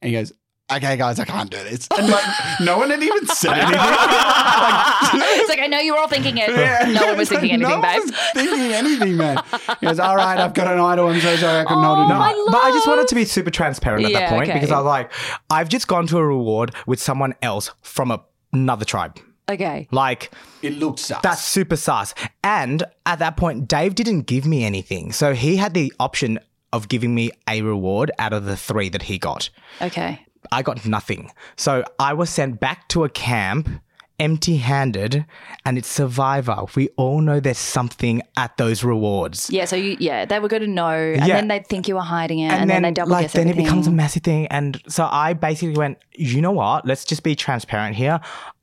[SPEAKER 3] and he goes. Okay, guys, I can't do this. And like, no one had even said anything. Like,
[SPEAKER 1] it's like I know you were all thinking it.
[SPEAKER 3] yeah.
[SPEAKER 1] No one was thinking
[SPEAKER 3] No
[SPEAKER 1] anything,
[SPEAKER 3] one
[SPEAKER 1] babe.
[SPEAKER 3] was thinking anything, man. He goes, all right, I've got an idol. I'm so sorry I could not
[SPEAKER 1] Oh,
[SPEAKER 3] do
[SPEAKER 1] my
[SPEAKER 3] it.
[SPEAKER 1] love.
[SPEAKER 2] But I just wanted to be super transparent at
[SPEAKER 1] Yeah,
[SPEAKER 2] that point
[SPEAKER 1] okay.
[SPEAKER 2] because I was like, I've just gone to a reward with someone else from a, another tribe.
[SPEAKER 1] Okay.
[SPEAKER 2] Like,
[SPEAKER 3] It looked sus.
[SPEAKER 2] That's super sus. And at that point, Dave didn't give me anything. So he had the option of giving me a reward out of the three that he got.
[SPEAKER 1] Okay.
[SPEAKER 2] I got nothing. So I was sent back to a camp empty handed and it's survivor. We all know there's something at those rewards.
[SPEAKER 1] Yeah. So you, yeah, they were going to know, and
[SPEAKER 2] Yeah.
[SPEAKER 1] then they'd think you were hiding it, and, then, they double
[SPEAKER 2] like
[SPEAKER 1] guess
[SPEAKER 2] then it
[SPEAKER 1] everything.
[SPEAKER 2] becomes a massive thing. And so I basically went, you know what? Let's just be transparent here.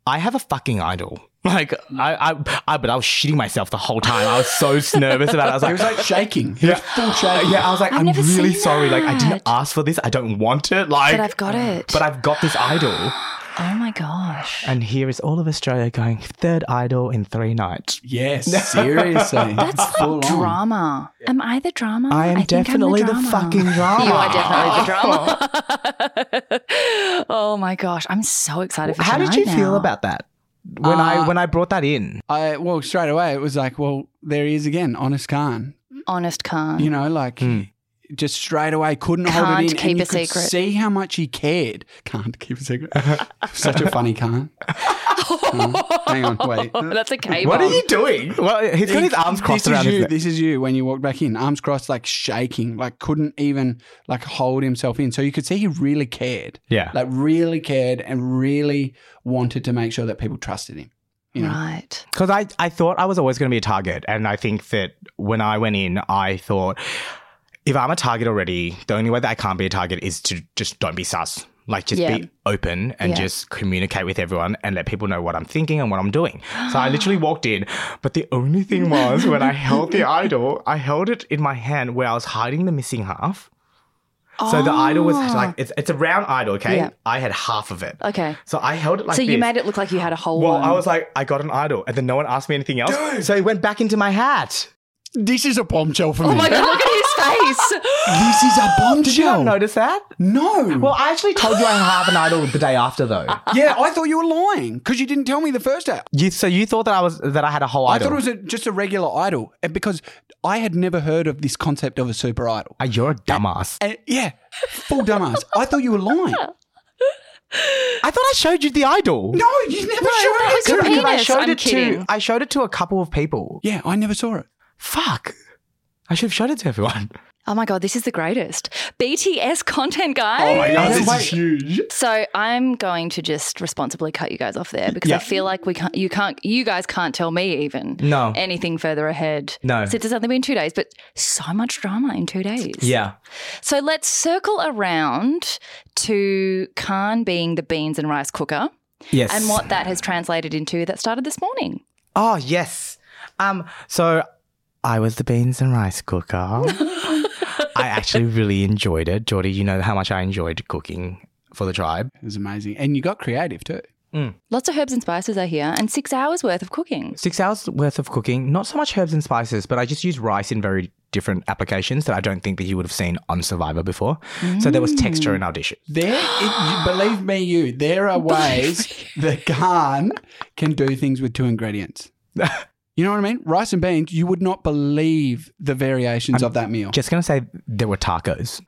[SPEAKER 2] I have a fucking idol. Like I, I, I but I was shitting myself the whole time. I was so nervous about it. I was
[SPEAKER 3] He
[SPEAKER 2] like,
[SPEAKER 3] was like shaking. He was full shaking.
[SPEAKER 2] yeah, I was like, I'm
[SPEAKER 1] never
[SPEAKER 2] really
[SPEAKER 1] seen
[SPEAKER 2] sorry. Like I didn't
[SPEAKER 1] that.
[SPEAKER 2] ask for this. I don't want it. Like,
[SPEAKER 1] but I've got it.
[SPEAKER 2] but I've got this idol,
[SPEAKER 1] oh my gosh.
[SPEAKER 2] and here is all of Australia going third idol in three nights.
[SPEAKER 3] Yes, seriously.
[SPEAKER 1] That's
[SPEAKER 3] Full
[SPEAKER 1] like
[SPEAKER 3] on.
[SPEAKER 1] drama. Am Oh, I the drama?
[SPEAKER 2] I am
[SPEAKER 1] think I'm
[SPEAKER 2] definitely the,
[SPEAKER 1] drama.
[SPEAKER 2] fucking drama.
[SPEAKER 1] You are definitely the drama. oh my gosh, I'm so excited for
[SPEAKER 2] How did
[SPEAKER 1] tonight
[SPEAKER 2] you feel
[SPEAKER 1] now.
[SPEAKER 2] about that when I
[SPEAKER 3] Uh,
[SPEAKER 2] when I brought that in?
[SPEAKER 3] I well straight away it was like, well, there he is again, honest Khan.
[SPEAKER 1] Honest Khan?
[SPEAKER 3] You know, like just straight away couldn't hold
[SPEAKER 1] Can't
[SPEAKER 3] it in.
[SPEAKER 1] keep
[SPEAKER 3] and you
[SPEAKER 1] a
[SPEAKER 3] could
[SPEAKER 1] secret.
[SPEAKER 3] See how much he cared. Can't keep a secret. Such a funny Khan. Hmm. Hang on, wait.
[SPEAKER 1] That's a K
[SPEAKER 2] What
[SPEAKER 1] bomb.
[SPEAKER 2] are you doing? Well, he's got his arms crossed
[SPEAKER 3] this
[SPEAKER 2] around
[SPEAKER 3] is you.
[SPEAKER 2] his neck.
[SPEAKER 3] This is you when you walked back in, arms crossed, like shaking, like couldn't even like hold himself in. So you could see he really cared.
[SPEAKER 2] Yeah.
[SPEAKER 3] like really cared and really wanted to make sure that people trusted him. You know,
[SPEAKER 1] Right.
[SPEAKER 2] Because I, I thought I was always going to be a target. And I think that when I went in, I thought, if I'm a target already, the only way that I can't be a target is to just don't be sus. Like, just
[SPEAKER 1] Yeah.
[SPEAKER 2] be open and
[SPEAKER 1] Yeah.
[SPEAKER 2] just communicate with everyone and let people know what I'm thinking and what I'm doing. So I literally walked in. But the only thing was, when I held the idol, I held it in my hand where I was hiding the missing half. So the idol was like, it's, it's a round idol, okay?
[SPEAKER 1] Ah. Yeah.
[SPEAKER 2] I had half of it.
[SPEAKER 1] Okay.
[SPEAKER 2] So I held it like
[SPEAKER 1] so you
[SPEAKER 2] this.
[SPEAKER 1] made it look like you had a whole
[SPEAKER 2] Well,
[SPEAKER 1] one.
[SPEAKER 2] I was like, I got an idol, and then no one asked me anything else. So it went back into my hat.
[SPEAKER 3] this is a bombshell for
[SPEAKER 1] oh
[SPEAKER 3] me.
[SPEAKER 1] my god, look at his face.
[SPEAKER 3] This is a
[SPEAKER 2] Did you not
[SPEAKER 3] bombshell.
[SPEAKER 2] notice that?
[SPEAKER 3] no.
[SPEAKER 2] Well, I actually told you I have an idol the day after, though.
[SPEAKER 3] yeah, I thought you were lying because you didn't tell me the first day.
[SPEAKER 2] You, so you thought that I was that I had a whole
[SPEAKER 3] I
[SPEAKER 2] idol?
[SPEAKER 3] thought it was a, just a regular idol and because I had never heard of this concept of a super idol.
[SPEAKER 2] Ah, you're a dumbass.
[SPEAKER 3] And yeah, full dumbass. I thought you were lying.
[SPEAKER 2] I thought I showed you the idol.
[SPEAKER 3] No, you never
[SPEAKER 1] that was
[SPEAKER 3] showed
[SPEAKER 1] your
[SPEAKER 3] it. to me.
[SPEAKER 2] Because I
[SPEAKER 1] penis.
[SPEAKER 2] showed
[SPEAKER 1] I'm
[SPEAKER 2] it
[SPEAKER 1] kidding.
[SPEAKER 2] to I showed it to a couple of people.
[SPEAKER 3] Yeah, I never saw it.
[SPEAKER 2] Fuck. I should have showed it to everyone.
[SPEAKER 1] Oh my God, this is the greatest. BTS content, guys.
[SPEAKER 2] Oh God, this is
[SPEAKER 3] huge.
[SPEAKER 1] So I'm going to just responsibly cut you guys off there because I
[SPEAKER 2] Yeah.
[SPEAKER 1] feel like we can't, you can't, you guys can't tell me even
[SPEAKER 2] No.
[SPEAKER 1] anything further ahead.
[SPEAKER 2] No.
[SPEAKER 1] Since it's only been two days, but so much drama in two days.
[SPEAKER 2] Yeah.
[SPEAKER 1] So let's circle around to Khan being the beans and rice cooker
[SPEAKER 2] Yes.
[SPEAKER 1] and what that has translated into that started this morning.
[SPEAKER 2] Oh yes. Um. So I was the beans and rice cooker. I actually really enjoyed it, Geordie. You know how much I enjoyed cooking for the tribe.
[SPEAKER 3] It was amazing. And you got creative too.
[SPEAKER 1] Lots of herbs and spices are here and six hours worth of cooking.
[SPEAKER 2] Six hours worth of cooking. Not so much herbs and spices, but I just used rice in very different applications that I don't think that you would have seen on Survivor before. So there was texture in our dishes.
[SPEAKER 3] There, it, you, believe me, you, there are ways that Khan can do things with two ingredients. You know what I mean? Rice and beans, you would not believe the variations of that meal.
[SPEAKER 2] Just gonna say there were tacos.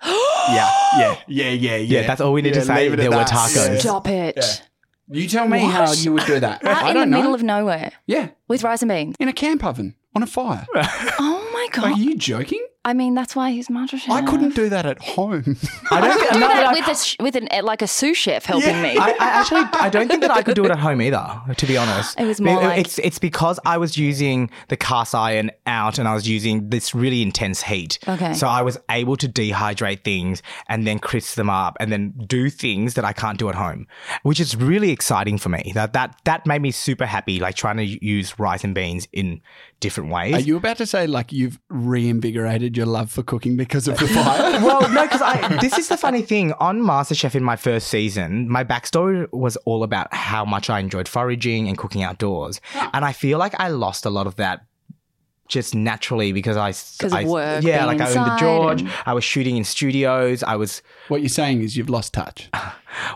[SPEAKER 3] yeah, yeah, yeah, yeah,
[SPEAKER 2] Yeah, that's all we need to say.
[SPEAKER 3] leave it at
[SPEAKER 2] There were
[SPEAKER 3] that.
[SPEAKER 2] tacos.
[SPEAKER 3] Yeah.
[SPEAKER 1] Stop it.
[SPEAKER 3] You tell me how you would do that.
[SPEAKER 1] Out in
[SPEAKER 3] I
[SPEAKER 1] the
[SPEAKER 3] don't know.
[SPEAKER 1] middle of nowhere
[SPEAKER 3] yeah,
[SPEAKER 1] with rice and beans.
[SPEAKER 3] in a camp oven on a fire.
[SPEAKER 1] Oh my
[SPEAKER 3] Are
[SPEAKER 1] God.
[SPEAKER 3] you joking?
[SPEAKER 1] I mean, that's why he's master chef.
[SPEAKER 3] I couldn't do that at home.
[SPEAKER 2] I don't think
[SPEAKER 1] do
[SPEAKER 2] no,
[SPEAKER 1] that
[SPEAKER 2] no,
[SPEAKER 1] with a sh- with an eh, like a sous chef helping me.
[SPEAKER 2] I, I actually I don't think that I could do it at home either. To be honest,
[SPEAKER 1] It was more like-
[SPEAKER 2] it's it's because I was using the cast iron out and I was using this really intense heat.
[SPEAKER 1] Okay.
[SPEAKER 2] So I was able to dehydrate things and then crisp them up and then do things that I can't do at home, which is really exciting for me. That that that made me super happy. Like trying to use rice and beans in different ways.
[SPEAKER 3] Are you about to say like you've reinvigorated your love for cooking because of the fire?
[SPEAKER 2] well, no, because I this is the funny thing. On MasterChef in my first season, my backstory was all about how much I enjoyed foraging and cooking outdoors. And I feel like I lost a lot of that just naturally because I
[SPEAKER 1] 'Cause of
[SPEAKER 2] I-
[SPEAKER 1] work,
[SPEAKER 2] Yeah,
[SPEAKER 1] being
[SPEAKER 2] like I owned the
[SPEAKER 1] inside
[SPEAKER 2] George.
[SPEAKER 1] and-
[SPEAKER 2] I was shooting in studios. I was
[SPEAKER 3] what you're saying is you've lost touch.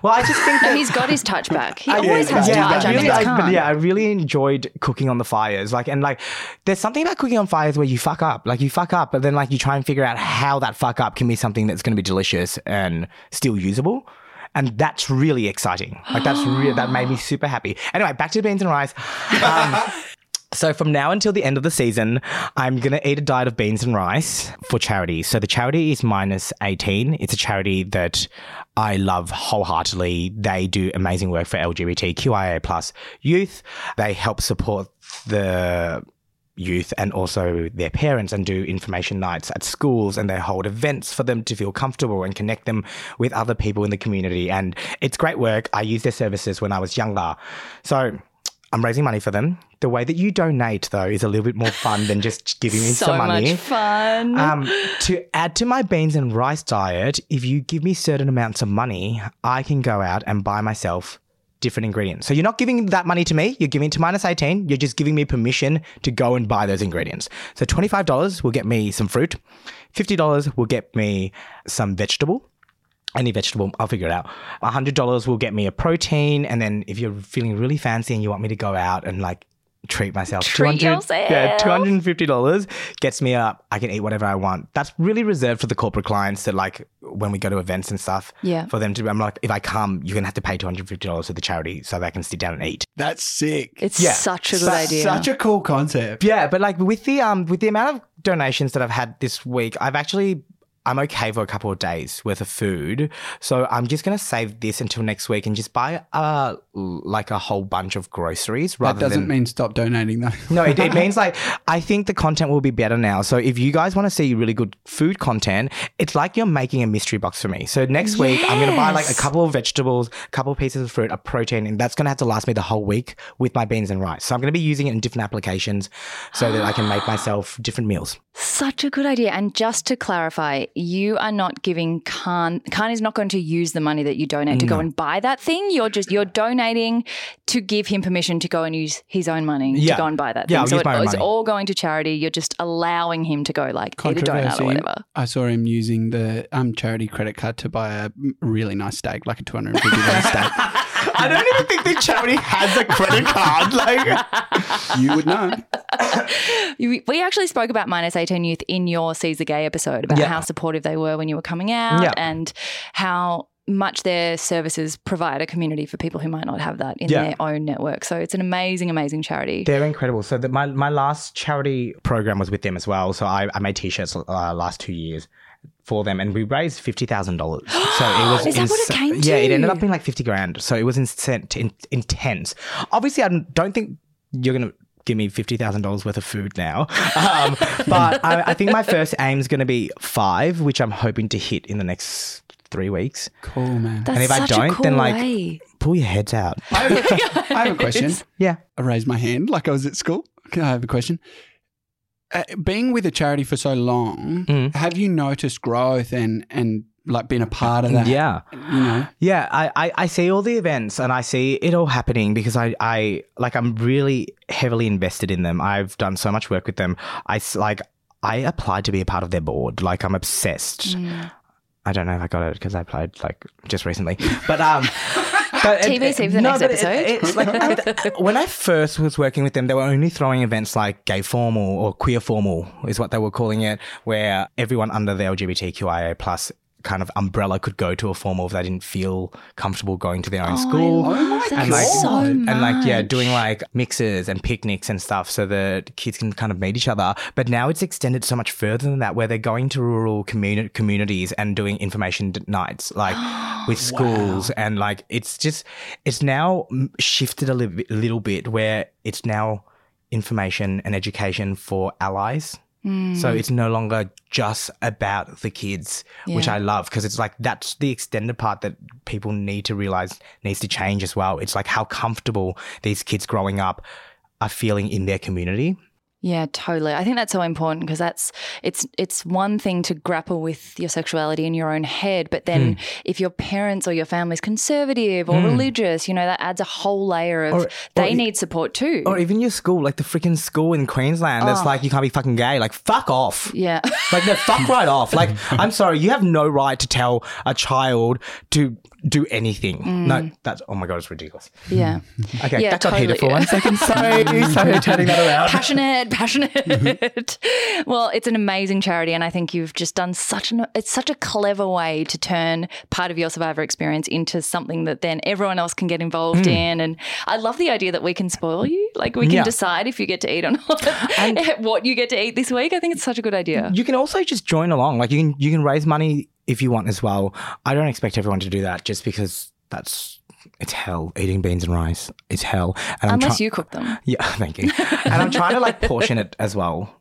[SPEAKER 2] well, I just think
[SPEAKER 1] No,
[SPEAKER 2] that
[SPEAKER 1] he's got his touch back. He
[SPEAKER 2] I-
[SPEAKER 1] always has
[SPEAKER 2] yeah,
[SPEAKER 1] touch. I,
[SPEAKER 2] I really,
[SPEAKER 1] mean, it's
[SPEAKER 2] I- but
[SPEAKER 1] Khan.
[SPEAKER 2] yeah, I really enjoyed cooking on the fires. Like, and like, there's something about cooking on fires where you fuck up. Like, you fuck up, but then like you try and figure out how that fuck up can be something that's going to be delicious and still usable. And that's really exciting. Like, that's real. That made me super happy. Anyway, back to the beans and rice. Um, so from now until the end of the season, I'm gonna eat a diet of beans and rice for charity. So the charity is minus 18. It's a charity that I love wholeheartedly. They do amazing work for LGBTQIA plus youth. They help support the youth and also their parents and do information nights at schools and they hold events for them to feel comfortable and connect them with other people in the community and it's great work i used their services when i was younger so i'm raising money for them the way that you donate though is a little bit more fun than just giving me
[SPEAKER 1] so
[SPEAKER 2] some money
[SPEAKER 1] much fun.
[SPEAKER 2] um, to add to my beans and rice diet, if you give me certain amounts of money, I can go out and buy myself different ingredients. So you're not giving that money to me, you're giving it to minus 18, you're just giving me permission to go and buy those ingredients. So $25 will get me some fruit, $50 will get me some vegetable. Any vegetable, I'll figure it out. $100 will get me a protein. And then if you're feeling really fancy and you want me to go out and like treat myself,
[SPEAKER 1] Treat
[SPEAKER 2] 200 Yeah,
[SPEAKER 1] yourself.
[SPEAKER 2] 200 $150 gets me up. I can eat whatever I want. That's really reserved for the corporate clients that, like, when we go to events and stuff,
[SPEAKER 1] Yeah.
[SPEAKER 2] for them to I'm like, if I come, you're going to have to pay $250 to the charity so they can sit down and eat.
[SPEAKER 3] That's sick.
[SPEAKER 1] it's
[SPEAKER 2] yeah.
[SPEAKER 1] such a good
[SPEAKER 3] That's
[SPEAKER 1] idea.
[SPEAKER 3] Such a cool concept.
[SPEAKER 2] Yeah, but like with the um with the amount of donations that I've had this week, I've actually I'm okay for a couple of days worth of food. So I'm just gonna save this until next week and just buy a like a whole bunch of groceries rather
[SPEAKER 3] That
[SPEAKER 2] than
[SPEAKER 3] doesn't mean stop donating though.
[SPEAKER 2] No, it, it means like I think the content will be better now. So if you guys want to see really good food content, it's like you're making a mystery box for me. So next week I'm gonna buy like a
[SPEAKER 1] Yes.
[SPEAKER 2] couple of vegetables, a couple of pieces of fruit, a protein, and that's gonna have to last me the whole week with my beans and rice. So I'm gonna be using it in different applications so that I can make myself different meals.
[SPEAKER 1] such a good idea. And just to clarify, you are not giving Khan. Khan is not going to use the money that you donate to go and buy that thing. You're just you're donating to give him permission to go and use his own money
[SPEAKER 2] Yeah.
[SPEAKER 1] to go and buy that
[SPEAKER 2] Yeah,
[SPEAKER 1] thing.
[SPEAKER 2] I'll
[SPEAKER 1] so
[SPEAKER 2] use my own
[SPEAKER 1] it's
[SPEAKER 2] money.
[SPEAKER 1] all going to charity. You're just allowing him to go like eat a donut
[SPEAKER 3] Controversy.
[SPEAKER 1] or whatever.
[SPEAKER 3] I saw him using the um, charity credit card to buy a really nice steak, like a two hundred and fifty dollars steak.
[SPEAKER 2] I don't even think the charity has a credit card. Like
[SPEAKER 3] You would know.
[SPEAKER 1] You- We actually spoke about minus 18 youth in your Caesar Gay episode about
[SPEAKER 2] Yeah.
[SPEAKER 1] how supportive they were when you were coming out
[SPEAKER 2] Yeah.
[SPEAKER 1] and how much their services provide a community for people who might not have that in
[SPEAKER 2] Yeah.
[SPEAKER 1] their own network. So it's an amazing, amazing charity.
[SPEAKER 2] They're incredible. So the, my my last charity program was with them as well. So I, I made t-shirts uh, last two years for them, and we raised fifty thousand dollars. So it was
[SPEAKER 1] Is that what it
[SPEAKER 2] insa-
[SPEAKER 1] came
[SPEAKER 2] Yeah, it ended
[SPEAKER 1] to?
[SPEAKER 2] up being like fifty grand. So it was incent- in, intense. Obviously, I don't think you're gonna. Give me fifty thousand dollars worth of food now, um, but I, I think my first aim is going to be five, which I'm hoping to hit in the next three weeks.
[SPEAKER 3] Cool, man.
[SPEAKER 1] That's
[SPEAKER 2] and if I
[SPEAKER 1] such a
[SPEAKER 2] don't,
[SPEAKER 1] cool
[SPEAKER 2] then, like-
[SPEAKER 1] way.
[SPEAKER 2] Pull your heads out.
[SPEAKER 3] I have a question.
[SPEAKER 2] Yeah,
[SPEAKER 3] I raised my hand like I was at school. Can I have a question? Uh, being with a charity for so long,
[SPEAKER 2] Mm.
[SPEAKER 3] have you noticed growth and and like being a part of that?
[SPEAKER 2] yeah.
[SPEAKER 3] you know,
[SPEAKER 2] Yeah, I, I, I see all the events and I see it all happening because I, I like I'm really heavily invested in them. I've done so much work with them. I s- like I applied to be a part of their board. Like I'm obsessed.
[SPEAKER 1] Mm.
[SPEAKER 2] I don't know if I got it because I applied like just recently. But um, but it-
[SPEAKER 1] TBC
[SPEAKER 2] it-
[SPEAKER 1] for the next
[SPEAKER 2] but it-
[SPEAKER 1] episode.
[SPEAKER 2] it's like I- when I first was working with them, they were only throwing events like gay formal or queer formal is what they were calling it, where everyone under the LGBTQIA plus kind of umbrella could go to a formal if they didn't feel comfortable going to their own school
[SPEAKER 1] Oh, I love
[SPEAKER 3] my
[SPEAKER 1] that
[SPEAKER 2] and like
[SPEAKER 1] so much.
[SPEAKER 2] and like yeah doing like mixes and picnics and stuff so that kids can kind of meet each other but now it's extended so much further than that where they're going to rural communi- communities and doing information d- nights like with schools and like it's just it's now mm, shifted a li- bit- little bit where it's now information and education for allies
[SPEAKER 1] Mm,
[SPEAKER 2] so it's no longer just about the kids, which
[SPEAKER 1] Yeah.
[SPEAKER 2] I love because it's like that's the extended part that people need to realize needs to change as well. It's like how comfortable these kids growing up are feeling in their community.
[SPEAKER 1] Yeah, totally. I think that's so important because that's it's it's one thing to grapple with your sexuality in your own head, but then
[SPEAKER 2] Hmm.
[SPEAKER 1] if your parents or your family's conservative or religious, you know, that adds a whole layer of
[SPEAKER 2] Or-
[SPEAKER 1] they
[SPEAKER 2] or-
[SPEAKER 1] need support too.
[SPEAKER 2] Or even your school, like the freaking school in Queensland that's like, you can't be fucking gay. Like, fuck off.
[SPEAKER 1] Oh. yeah.
[SPEAKER 2] Like, no, fuck right off. Like, I'm sorry, you have no right to tell a child to do anything. No, that's, oh my God, it's ridiculous.
[SPEAKER 1] yeah.
[SPEAKER 2] Okay,
[SPEAKER 1] Mm. Yeah,
[SPEAKER 2] that got heated for
[SPEAKER 1] totally.
[SPEAKER 2] one second. Sorry, sorry, turning that around.
[SPEAKER 1] passionate, passionate. well, it's an amazing charity, and I think you've just done such an it's such a clever way to turn part of your survivor experience into something that then everyone else can get involved in. And I love the idea that we can spoil you, like we can
[SPEAKER 2] Hmm. Yeah.
[SPEAKER 1] decide if you get to eat or not, and what you get to eat this week. I think it's such a good idea.
[SPEAKER 2] You can also just join along. Like you can you can raise money if you want as well. I don't expect everyone to do that just because that's it's hell. Eating beans and rice is hell. And
[SPEAKER 1] Unless
[SPEAKER 2] try-
[SPEAKER 1] you cook them.
[SPEAKER 2] yeah, thank you. and I'm trying to like portion it as well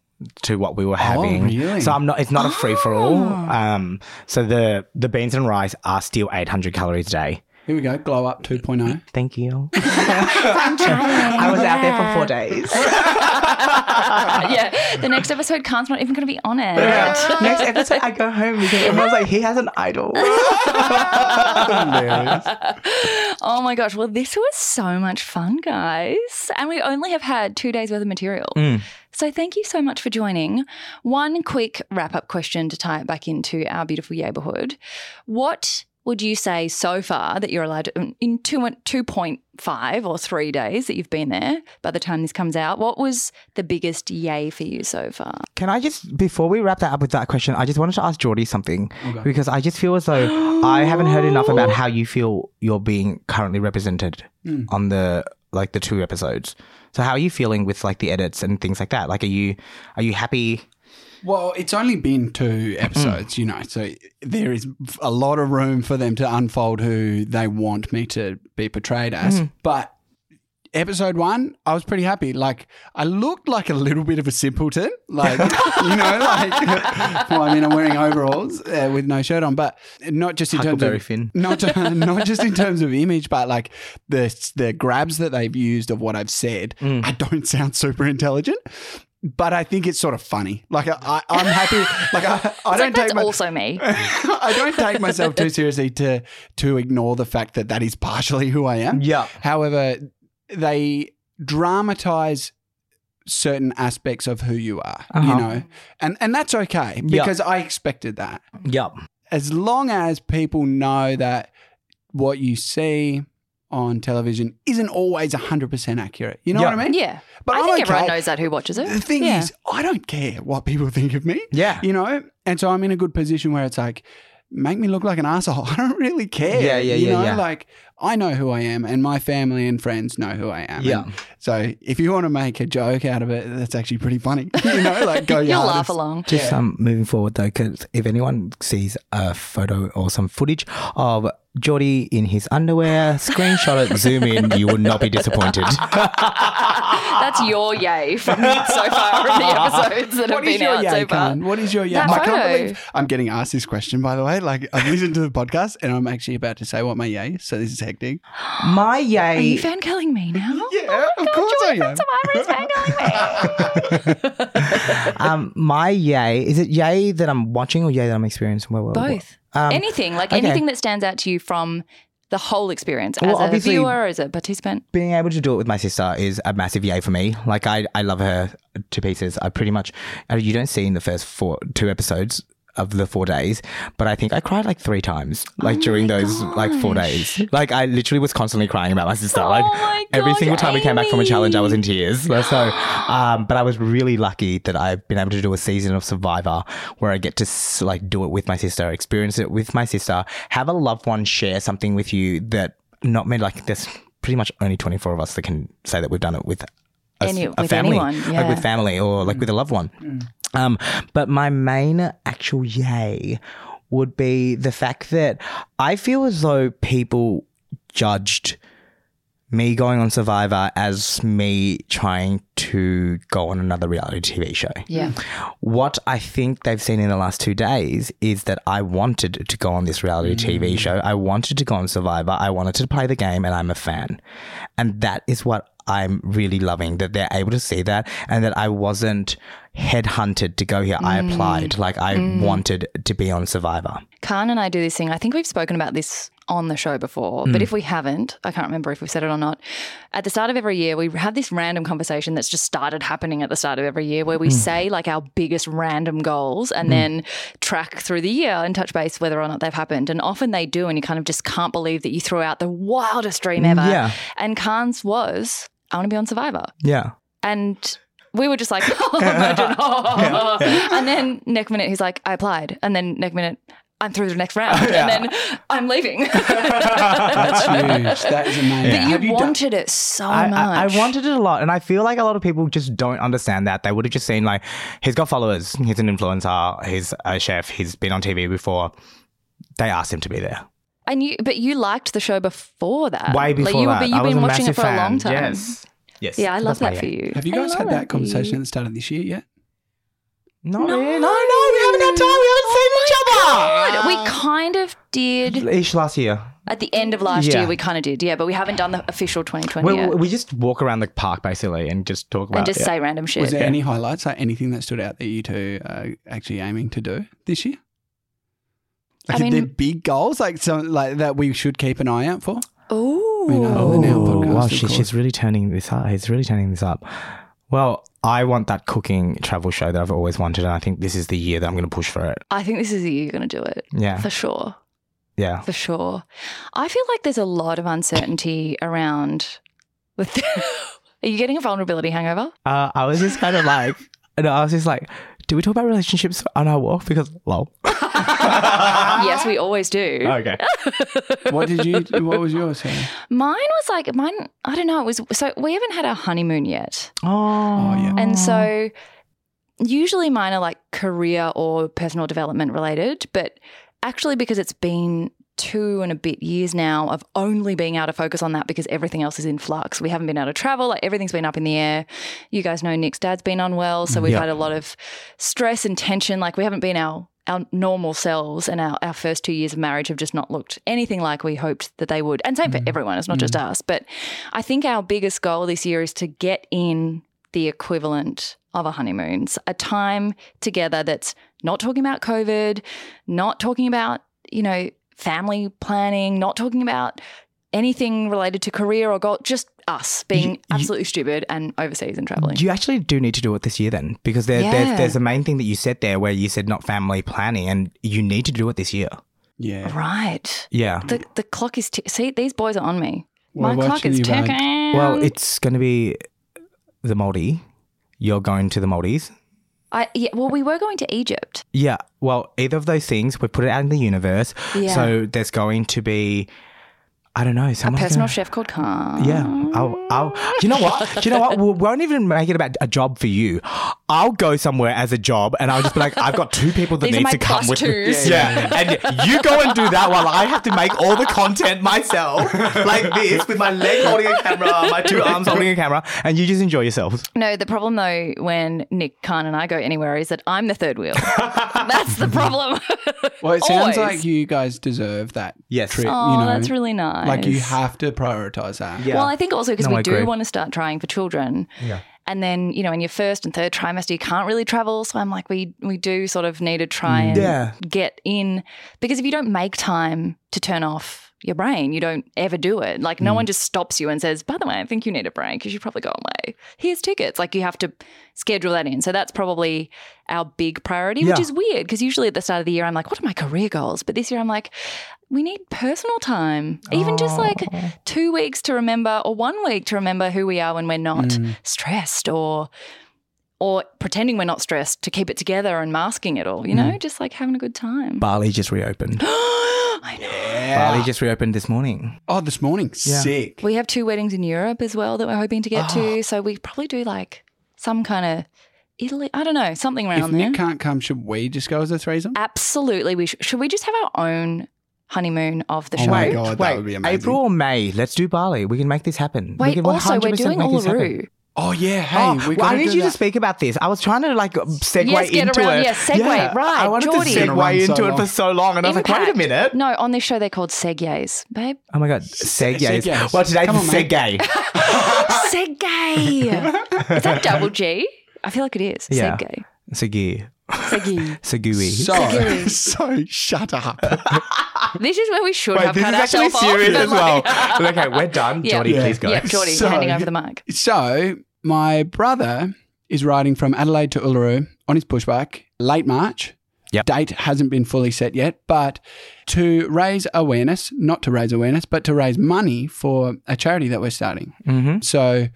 [SPEAKER 2] to what we were having.
[SPEAKER 3] really?
[SPEAKER 2] So I'm not. It's not a free for all.
[SPEAKER 1] Ah.
[SPEAKER 2] Um. So the the beans and rice are still 800 calories a day.
[SPEAKER 3] here we go. Glow up oh. 2.0.
[SPEAKER 2] Thank you. I was out there for four days.
[SPEAKER 1] yeah, the next episode, Khan's not even going to be on it.
[SPEAKER 2] Next episode, I go home because everyone's like, he has an idol.
[SPEAKER 1] Oh my gosh. Well, this was so much fun, guys. And we only have had two days worth of material. So thank you so much for joining. One quick wrap up question to tie it back into our beautiful neighborhood. What would you say so far that you're allowed to, um, in two, 2.5 or three days that you've been there by the time this comes out? What was the biggest yay for you so far?
[SPEAKER 2] Can I just before we wrap that up with that question, I just wanted to ask Geordie something because I just feel as though I haven't heard enough about how you feel you're being currently represented on the like the two episodes. So how are you feeling with like the edits and things like that? Like are you are you happy?
[SPEAKER 3] Well, it's only been
[SPEAKER 2] Mm.
[SPEAKER 3] two episodes, you know, so there is a lot of room for them to unfold who they want me to be portrayed as.
[SPEAKER 2] Mm.
[SPEAKER 3] But episode one, I was pretty happy. Like, I looked like a little bit of a simpleton, like, you know, like, well, I mean, I'm wearing overalls uh, with no shirt on, but not just in terms
[SPEAKER 2] Huckleberry
[SPEAKER 3] of
[SPEAKER 2] Finn.
[SPEAKER 3] not not just in terms of image, but like the the grabs that they've used of what I've said. I don't sound super intelligent, but I think it's sort of funny. Like I, I I'm happy. Like I, I
[SPEAKER 1] It's like,
[SPEAKER 3] don't
[SPEAKER 1] that's
[SPEAKER 3] take my,
[SPEAKER 1] also me.
[SPEAKER 3] I don't take myself too seriously to to ignore the fact that that is partially who I am.
[SPEAKER 2] Yeah.
[SPEAKER 3] However, they dramatize certain aspects of who you are,
[SPEAKER 2] Uh-huh.
[SPEAKER 3] you know, and and that's okay
[SPEAKER 2] Yeah.
[SPEAKER 3] because I expected that
[SPEAKER 2] Yep.
[SPEAKER 3] as long as people know that what you see on television isn't always 100% accurate. You know
[SPEAKER 2] Yeah.
[SPEAKER 3] what I mean?
[SPEAKER 1] Yeah.
[SPEAKER 3] But
[SPEAKER 1] I
[SPEAKER 3] I'm
[SPEAKER 1] think
[SPEAKER 3] okay.
[SPEAKER 1] everyone knows that who watches it.
[SPEAKER 3] The thing
[SPEAKER 1] Yeah.
[SPEAKER 3] is, I don't care what people think of me,
[SPEAKER 2] Yeah.
[SPEAKER 3] you know? And so I'm in a good position where it's like, make me look like an asshole. I don't really care.
[SPEAKER 2] Yeah, yeah,
[SPEAKER 3] you
[SPEAKER 2] yeah,
[SPEAKER 3] know,
[SPEAKER 2] yeah.
[SPEAKER 3] like I know who I am and my family and friends know who I am.
[SPEAKER 2] Yeah.
[SPEAKER 3] And so if you want to make a joke out of it, that's actually pretty funny. you know, like go your
[SPEAKER 1] You'll laugh
[SPEAKER 3] hardest.
[SPEAKER 1] along.
[SPEAKER 2] Just um, moving forward though, because if anyone sees a photo or some footage of Geordie in his underwear, screenshot it, zoom in, you will not be disappointed.
[SPEAKER 1] That's your yay from so far of the episodes that have
[SPEAKER 3] What is
[SPEAKER 1] been
[SPEAKER 3] your
[SPEAKER 1] out
[SPEAKER 3] yay,
[SPEAKER 1] so far.
[SPEAKER 3] Karen? What is your yay?
[SPEAKER 1] That
[SPEAKER 3] I can't
[SPEAKER 1] photo.
[SPEAKER 3] believe I'm getting asked this question, by the way. Like, I've listened to the podcast and I'm actually about to say what my yay is, so this is hectic.
[SPEAKER 2] My
[SPEAKER 1] Are you
[SPEAKER 2] yay.
[SPEAKER 1] fangirling me now?
[SPEAKER 3] Yeah, of course I am.
[SPEAKER 1] Samara's fangirling me.
[SPEAKER 2] um, my yay. Is it yay that I'm watching or yay that I'm experiencing? Well, well, well,
[SPEAKER 1] Both.
[SPEAKER 2] Um,
[SPEAKER 1] anything, like
[SPEAKER 2] okay.
[SPEAKER 1] anything that stands out to you from the whole experience as
[SPEAKER 2] Well,
[SPEAKER 1] a
[SPEAKER 2] obviously-
[SPEAKER 1] viewer, as a participant.
[SPEAKER 2] being able to do it with my sister is a massive yay for me. Like I, I love her to pieces. I pretty much uh, you don't see in the first four two episodes of the four days, but I think I cried like three times, like during those like four days. Like I literally was constantly crying about my sister. like
[SPEAKER 1] Oh my
[SPEAKER 2] every
[SPEAKER 1] gosh,
[SPEAKER 2] single time we came back from a challenge, I was in tears. So, um, but I was really lucky that I've been able to do a season of Survivor where I get to s- like do it with my sister, experience it with my sister, have a loved one share something with you that not many like there's pretty much only 24 of us that can say that we've done it with a, s-
[SPEAKER 1] Any-
[SPEAKER 2] a
[SPEAKER 1] with
[SPEAKER 2] family,
[SPEAKER 1] anyone,
[SPEAKER 2] like
[SPEAKER 1] yeah.
[SPEAKER 2] with family or like with a loved one. Um, but my main actual yay would be the fact that I feel as though people judged me going on Survivor as me trying to go on another reality TV show.
[SPEAKER 1] Yeah.
[SPEAKER 2] What I think they've seen in the last two days is that I wanted to go on this reality TV show. I wanted to go on Survivor. I wanted to play the game, and I'm a fan. And that is what I'm really loving that they're able to see that and that I wasn't headhunted to go here. I applied. Like, I wanted to be on Survivor.
[SPEAKER 1] Khan and I do this thing. I think we've spoken about this on the show before, but if we haven't, I can't remember if we've said it or not. At the start of every year, we have this random conversation that's just started happening at the start of every year where we say like our biggest random goals and then track through the year and touch base whether or not they've happened. And often they do, and you kind of just can't believe that you threw out the wildest dream ever.
[SPEAKER 2] Hmm, Yeah.
[SPEAKER 1] And Khan's was, I want to be on Survivor
[SPEAKER 2] Yeah.
[SPEAKER 1] and we were just like, oh, imagine, oh. and then next minute he's like, I applied, and then next minute I'm through to the next round, and then I'm leaving.
[SPEAKER 3] That's huge. That is amazing.
[SPEAKER 1] But
[SPEAKER 3] Have
[SPEAKER 1] you,
[SPEAKER 3] done-
[SPEAKER 1] wanted it so
[SPEAKER 2] I, I,
[SPEAKER 1] much.
[SPEAKER 2] I wanted it a lot, and I feel like a lot of people just don't understand that. They would have just seen like he's got followers, he's an influencer, he's a chef, he's been on TV before. They asked him to be there.
[SPEAKER 1] and you, but you liked the show before that.
[SPEAKER 2] Way before
[SPEAKER 1] like you,
[SPEAKER 2] that,
[SPEAKER 1] Uh, But
[SPEAKER 2] I
[SPEAKER 1] you've
[SPEAKER 2] was
[SPEAKER 1] been
[SPEAKER 2] a
[SPEAKER 1] watching it
[SPEAKER 2] massive
[SPEAKER 1] for
[SPEAKER 2] fan.
[SPEAKER 1] a long time.
[SPEAKER 2] Yes, yes.
[SPEAKER 1] Yeah, I love
[SPEAKER 2] That's my
[SPEAKER 1] that for
[SPEAKER 2] yay.
[SPEAKER 1] you.
[SPEAKER 3] Have you
[SPEAKER 1] I
[SPEAKER 3] guys had
[SPEAKER 1] love
[SPEAKER 3] that
[SPEAKER 1] you.
[SPEAKER 3] conversation at the start of this year yet?
[SPEAKER 2] No, no, no, no, we haven't had time. We haven't seen
[SPEAKER 1] Oh
[SPEAKER 2] each other.
[SPEAKER 1] But we kind of did
[SPEAKER 2] Each last year,
[SPEAKER 1] at the end of last
[SPEAKER 2] Yeah.
[SPEAKER 1] year. We kind of did, yeah. But we haven't done the official 2020
[SPEAKER 2] we,
[SPEAKER 1] yet,
[SPEAKER 2] we just walk around the park basically and just talk about
[SPEAKER 1] and just
[SPEAKER 2] it.
[SPEAKER 1] say random shit.
[SPEAKER 3] Was there any highlights, like anything that stood out that you two are actually aiming to do this year?
[SPEAKER 1] I
[SPEAKER 3] Like, I
[SPEAKER 1] mean-
[SPEAKER 3] big goals, like some, like that we should keep an eye out for.
[SPEAKER 1] Ooh.
[SPEAKER 3] We know.
[SPEAKER 2] Oh,
[SPEAKER 3] Oh, now podcast,
[SPEAKER 2] wow,
[SPEAKER 3] of
[SPEAKER 2] she,
[SPEAKER 3] course.
[SPEAKER 2] she's really turning this up. He's really turning this up. Well, I want that cooking travel show that I've always wanted, and I think this is the year that I'm going to push for it.
[SPEAKER 1] I think this is the year you're going to do it
[SPEAKER 2] Yeah,
[SPEAKER 1] for sure.
[SPEAKER 2] yeah.
[SPEAKER 1] For sure. I feel like there's a lot of uncertainty around with Are you getting a vulnerability hangover?
[SPEAKER 2] Uh, I was just kind of like, no, I was just like, do we talk about relationships on our walk? Because lol.
[SPEAKER 1] yes, we always do.
[SPEAKER 2] Okay.
[SPEAKER 3] What did you? What was yours? Hannah?
[SPEAKER 1] Mine was like mine I don't know, it was so we haven't had our honeymoon yet.
[SPEAKER 2] Oh, yeah.
[SPEAKER 1] And so usually mine are like career or personal development related, but actually because it's been two and a bit years now of only being able to focus on that because everything else is in flux. We haven't been able to travel, like everything's been up in the air. You guys know Nick's dad's been unwell, so we've
[SPEAKER 2] Yeah.
[SPEAKER 1] had a lot of stress and tension. Like we haven't been our our normal selves and our, our first two years of marriage have just not looked anything like we hoped that they would. And same for everyone, it's not just us. But I think our biggest goal this year is to get in the equivalent of a honeymoon's a time together that's not talking about COVID, not talking about, you know, family planning, not talking about anything related to career or goal, just us being
[SPEAKER 2] You- you-
[SPEAKER 1] absolutely stupid and overseas and traveling.
[SPEAKER 2] You actually do need to do it this year then, because there,
[SPEAKER 1] Yeah.
[SPEAKER 2] there's, there's a main thing that you said there where you said not family planning, and you need to do it this year.
[SPEAKER 3] Yeah.
[SPEAKER 1] right.
[SPEAKER 2] Yeah.
[SPEAKER 1] The, the clock is, t- see, these boys are on me.
[SPEAKER 3] We're
[SPEAKER 1] My clock
[SPEAKER 3] watching
[SPEAKER 1] is
[SPEAKER 3] you, babe.
[SPEAKER 1] ticking.
[SPEAKER 2] Well, it's going to be the Maldi. You're going to the Maldives.
[SPEAKER 1] I yeah. Well, we were going to Egypt.
[SPEAKER 2] Yeah. Well, either of those things, we put it out in the universe.
[SPEAKER 1] Yeah.
[SPEAKER 2] So there's going to be, I don't know,
[SPEAKER 1] A
[SPEAKER 2] someone's
[SPEAKER 1] personal
[SPEAKER 2] gonna-
[SPEAKER 1] chef called Khan.
[SPEAKER 2] Yeah, I'll, I'll. Do you know what? Do you know what? We won't even make it about a job for you. I'll go somewhere as a job, and I'll just be like, I've got two people that
[SPEAKER 1] These are
[SPEAKER 2] need
[SPEAKER 1] my
[SPEAKER 2] to come
[SPEAKER 1] plus
[SPEAKER 2] with
[SPEAKER 1] twos.
[SPEAKER 2] me. Yeah, and you go and do that while I have to make all the content myself, like this, with my leg holding a camera, my two arms holding a camera, and you just enjoy yourselves.
[SPEAKER 1] No, the problem though, when Nick Khan and I go anywhere, is that I'm the third wheel. that's the problem.
[SPEAKER 3] Well, it
[SPEAKER 1] Always.
[SPEAKER 3] sounds like you guys deserve that
[SPEAKER 2] Yes.
[SPEAKER 3] trip.
[SPEAKER 1] oh,
[SPEAKER 3] you know,
[SPEAKER 1] that's really nice.
[SPEAKER 3] like you have to prioritize that.
[SPEAKER 2] Yeah.
[SPEAKER 1] Well, I think also because
[SPEAKER 2] No,
[SPEAKER 1] we
[SPEAKER 2] I
[SPEAKER 1] do
[SPEAKER 2] agree.
[SPEAKER 1] want to start trying for children.
[SPEAKER 2] Yeah.
[SPEAKER 1] And then, you know, in your first and third trimester, you can't really travel. So I'm like, we we do sort of need to try and
[SPEAKER 2] Mm. Yeah.
[SPEAKER 1] get in because if you don't make time to turn off your brain, you don't ever do it. Like no
[SPEAKER 2] Mm.
[SPEAKER 1] one just stops you and says, by the way, I think you need a break. You should probably go away. Here's tickets. Like you have to schedule that in. So that's probably our big priority, which
[SPEAKER 2] Yeah.
[SPEAKER 1] is weird because usually at the start of the year, I'm like, what are my career goals? But this year I'm like, we need personal time. Even
[SPEAKER 2] Oh.
[SPEAKER 1] just like two weeks to remember or one week to remember who we are when we're not
[SPEAKER 3] Mm.
[SPEAKER 1] stressed or or pretending we're not stressed to keep it together and masking it all, you
[SPEAKER 2] Mm.
[SPEAKER 1] know, just like having a good time.
[SPEAKER 2] Bali just reopened.
[SPEAKER 1] I know.
[SPEAKER 2] Bali just reopened this morning.
[SPEAKER 3] Oh, this morning.
[SPEAKER 2] Yeah.
[SPEAKER 3] Sick.
[SPEAKER 1] We have two weddings in Europe as well that we're hoping to get
[SPEAKER 2] Oh.
[SPEAKER 1] to. So we probably do like some kind of Italy. I don't know, something
[SPEAKER 3] If
[SPEAKER 1] around there.
[SPEAKER 3] Nick can't come, should we just go as a threesome?
[SPEAKER 1] Absolutely. We sh- should we just have our own honeymoon of the
[SPEAKER 3] Oh
[SPEAKER 1] show?
[SPEAKER 3] my God, that would be amazing.
[SPEAKER 2] April or May? Let's do Bali. We can make this happen. we
[SPEAKER 1] Wait,
[SPEAKER 2] can
[SPEAKER 1] also we're doing
[SPEAKER 2] 100% make this happen.
[SPEAKER 1] Uluru.
[SPEAKER 3] Oh yeah. Hey,
[SPEAKER 2] Oh,
[SPEAKER 3] we
[SPEAKER 2] well,
[SPEAKER 3] got
[SPEAKER 2] I need
[SPEAKER 3] do
[SPEAKER 2] you to
[SPEAKER 3] that.
[SPEAKER 2] speak about this. I was trying to like uh, segue
[SPEAKER 1] Yes, get
[SPEAKER 2] into
[SPEAKER 1] around.
[SPEAKER 2] it.
[SPEAKER 1] Yes, segue. Right,
[SPEAKER 2] I wanted
[SPEAKER 1] Geordie.
[SPEAKER 2] to
[SPEAKER 3] Been around
[SPEAKER 2] segue into
[SPEAKER 3] so
[SPEAKER 2] it for
[SPEAKER 3] long.
[SPEAKER 2] so long, and I was like, wait a
[SPEAKER 1] Impact.
[SPEAKER 2] minute.
[SPEAKER 1] No, on this show they're called segues, babe.
[SPEAKER 2] Oh my god, segues.
[SPEAKER 3] segues.
[SPEAKER 2] Well, today's
[SPEAKER 3] Come
[SPEAKER 2] a
[SPEAKER 3] on, mate.
[SPEAKER 2] segue.
[SPEAKER 1] Segay. is that double G? I feel like it is.
[SPEAKER 2] Yeah.
[SPEAKER 1] Segay.
[SPEAKER 2] Segui.
[SPEAKER 1] Segay.
[SPEAKER 2] Segui.
[SPEAKER 3] So, so shut up.
[SPEAKER 1] This is where we should
[SPEAKER 2] wait,
[SPEAKER 1] have
[SPEAKER 2] this is
[SPEAKER 1] cut
[SPEAKER 2] actually
[SPEAKER 1] ourselves off.
[SPEAKER 2] serious
[SPEAKER 1] but
[SPEAKER 2] as well.
[SPEAKER 1] like-
[SPEAKER 2] okay, we're done.
[SPEAKER 1] Yeah.
[SPEAKER 2] Geordie,
[SPEAKER 3] Yeah.
[SPEAKER 2] please go.
[SPEAKER 1] Yeah, Geordie,
[SPEAKER 3] So-
[SPEAKER 1] handing over the mic.
[SPEAKER 3] So, my brother is riding from Adelaide to Uluru on his pushback late March.
[SPEAKER 2] Yep.
[SPEAKER 3] Date hasn't been fully set yet, but to raise awareness, not to raise awareness, but to raise money for a charity that we're starting.
[SPEAKER 2] Mm-hmm.
[SPEAKER 3] So,